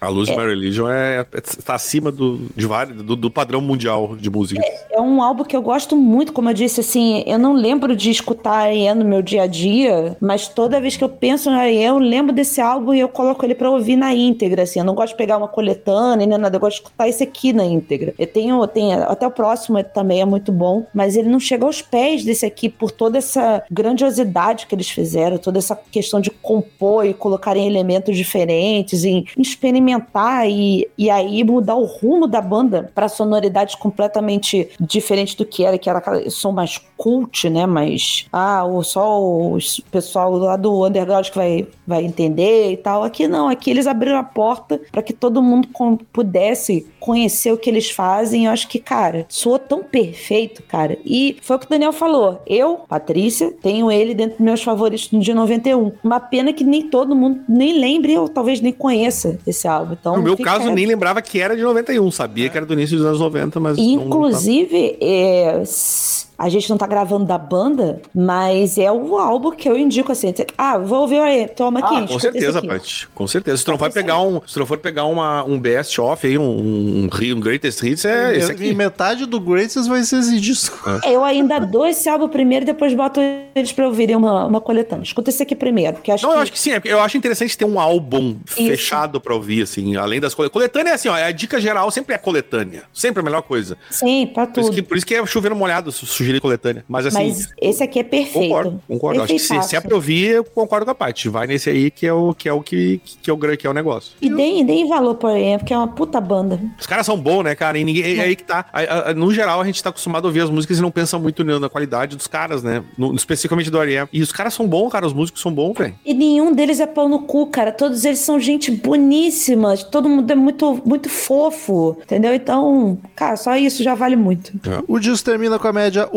A Luz My Religion é, é- tá acima do, de vários- do, do padrão mundial de música. é um álbum que eu gosto muito, como eu disse, assim, eu não lembro de escutar Ariana no meu dia a dia, mas toda vez que eu penso em Ariana, eu lembro desse álbum e eu coloco ele pra ouvir na íntegra, assim, eu não gosto de pegar uma coletânea nem nada, eu gosto de escutar esse aqui na íntegra. Eu tenho, eu tenho até o próximo também é muito bom, mas ele não chega aos pés desse aqui por toda essa grandiosidade que eles fizeram, toda essa questão de compor e colocarem elementos diferentes, em experimentar e, e aí mudar o rumo da banda para sonoridades completamente diferentes do que era, que era aquele som mais cult, né? Mas ah, o só o pessoal lá do underground que vai, vai entender e tal. Aqui não, aqui eles abriram a porta para que todo mundo com- pudesse conhecer o que eles fazem. Eu acho que, cara, soou tão perfeito, cara. E foi o que o Daniel falou. Eu, Patrícia, tenho ele dentro dos meus favoritos de 91. Uma pena que nem todo mundo nem lembre ou talvez nem conheça esse álbum. Então, No meu fica caso, essa. nem lembrava que era de 91. Sabia que era do início dos anos 90, mas. não- tá. Inclusive, é, s- a gente não tá gravando da banda, mas é o álbum que eu indico assim. t- Ah, vou ouvir aí, toma aqui. Ah, com escuta certeza, esse aqui. Paty. Com certeza. Se tu não vai pegar um. Se tu não for pegar uma, um best off aí, um, um, um greatest hits, é esse E aqui. Ah. metade do Greatest vai ser esse disco. Eu ainda dou esse álbum primeiro, depois boto eles pra ouvirem uma, uma coletânea. Escuta escuta esse aqui primeiro, porque acho Não, que... eu acho que sim. é porque Eu acho interessante ter um álbum Isso. fechado pra ouvir, assim, além das coletâneas. Coletânea é assim, ó, a dica geral sempre é coletânea. Sempre a melhor coisa. Sim, pra Por isso, que, tudo. por isso que é chovendo molhado su- sugerir coletânea. Mas assim. Mas esse aqui é perfeito. Concordo, concordo. Acho que se, se é Perfeitaço. pra ouvir, eu concordo com a parte. Vai nesse aí que é o que é o que, que é o grande que é o negócio. E deem, deem valor pra ele, porque é uma puta banda. Os caras são bons, né, cara? E ninguém, é aí que tá. Aí, a- a- no geral, a gente tá acostumado a ouvir as músicas e não pensa muito na na qualidade dos caras, né? No- especificamente do R.E.M. E os caras são bons, cara. Os músicos são bons, velho. E nenhum deles é pau no cu, cara. Todos eles são gente boníssima. Todo mundo é muito, muito fofo. Entendeu? Então, cara, só isso já vale muito. O disco termina com a média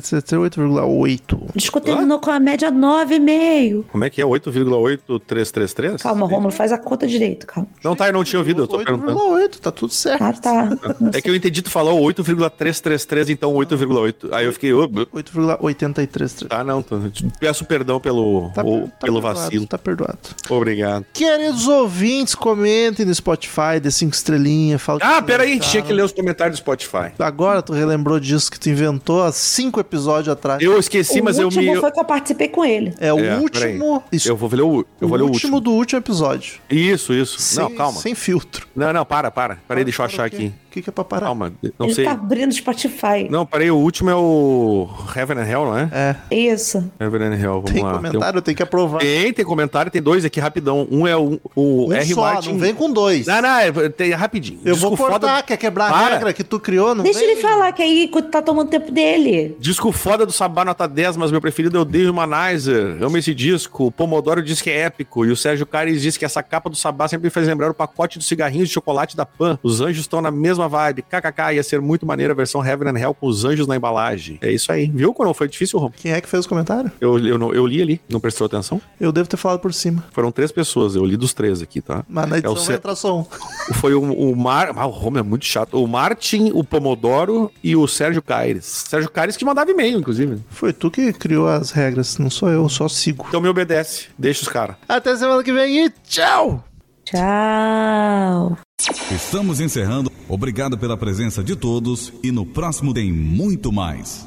8,8333338,8. O disco terminou com a média 9,5. Como é que é? 8,8333? Calma, Romulo, faz a conta direito, calma. Não tá, eu não tinha ouvido, eu tô perguntando. 8,8, tá tudo certo. [LAUGHS] Ah, tá. É que eu entendi, tu falou 8,333, então 8,8. Aí eu fiquei, ô, b- 8,833. tá, não, tô, peço perdão pelo, Tá, ou tá pelo perdoado, vacilo. Tá perdoado. Obrigado. Queridos ouvintes, comentem no Spotify, dê 5 estrelinhas, fala Ah, que- peraí, tinha que ler os comentários do Spotify. Agora tu relembrou disso que tu inventou há cinco episódios atrás. Eu esqueci, o mas eu último me. foi que eu participei com ele. É o É, último. Isso, Eu vou ler o, eu vou ler o último. do último episódio. Isso, isso. Sem, não, calma. Sem filtro. Não, não, para, para. Peraí, deixa eu achar Para o quê? aqui. O que, que é pra parar? Calma, não ele sei. tá abrindo o Spotify. Não, peraí, o último é o Heaven and Hell, não é? É, Isso. Heaven and Hell, vamos tem lá. um- comentário, eu tenho que aprovar. Tem, tem comentário, tem dois aqui rapidão. Um é o, o Um R. só, Martin. não vem com dois. Não, não, é, tem, é rapidinho. eu Disco vou cortar, foda- quer quebrar a Para. regra que tu criou? Não Deixa vem? ele falar, que aí tá tomando tempo dele. Disco foda do Sabá nota 10, mas meu preferido é o Dave Humanizer. Amo esse disco. O Pomodoro diz que é épico. E o Sérgio Cares diz que essa capa do Sabá sempre me fez lembrar o pacote de cigarrinhos de chocolate da Pan. Os anjos estão na mesma vibe. KKK, ia ser muito maneira a versão Heaven and Hell com os anjos na embalagem. É isso aí. Viu como foi difícil, Rom? Quem é que fez o comentário? Eu, eu, não- eu li ali, não prestou atenção? Eu devo ter falado por cima. Foram três pessoas, eu li dos três aqui, tá? Mas na É edição o vai Sérgio- entrar só um. Foi o, o Mar. Ah, o Roma é muito chato. O Martin, o Pomodoro e o Sérgio Caires. Sérgio Caires que mandava e-mail, inclusive. Foi tu que criou as regras, não sou eu, eu só sigo. Então me obedece. Deixa os caras. Até semana que vem e tchau! Tchau. Estamos encerrando. Obrigado pela presença de todos e no próximo tem muito mais.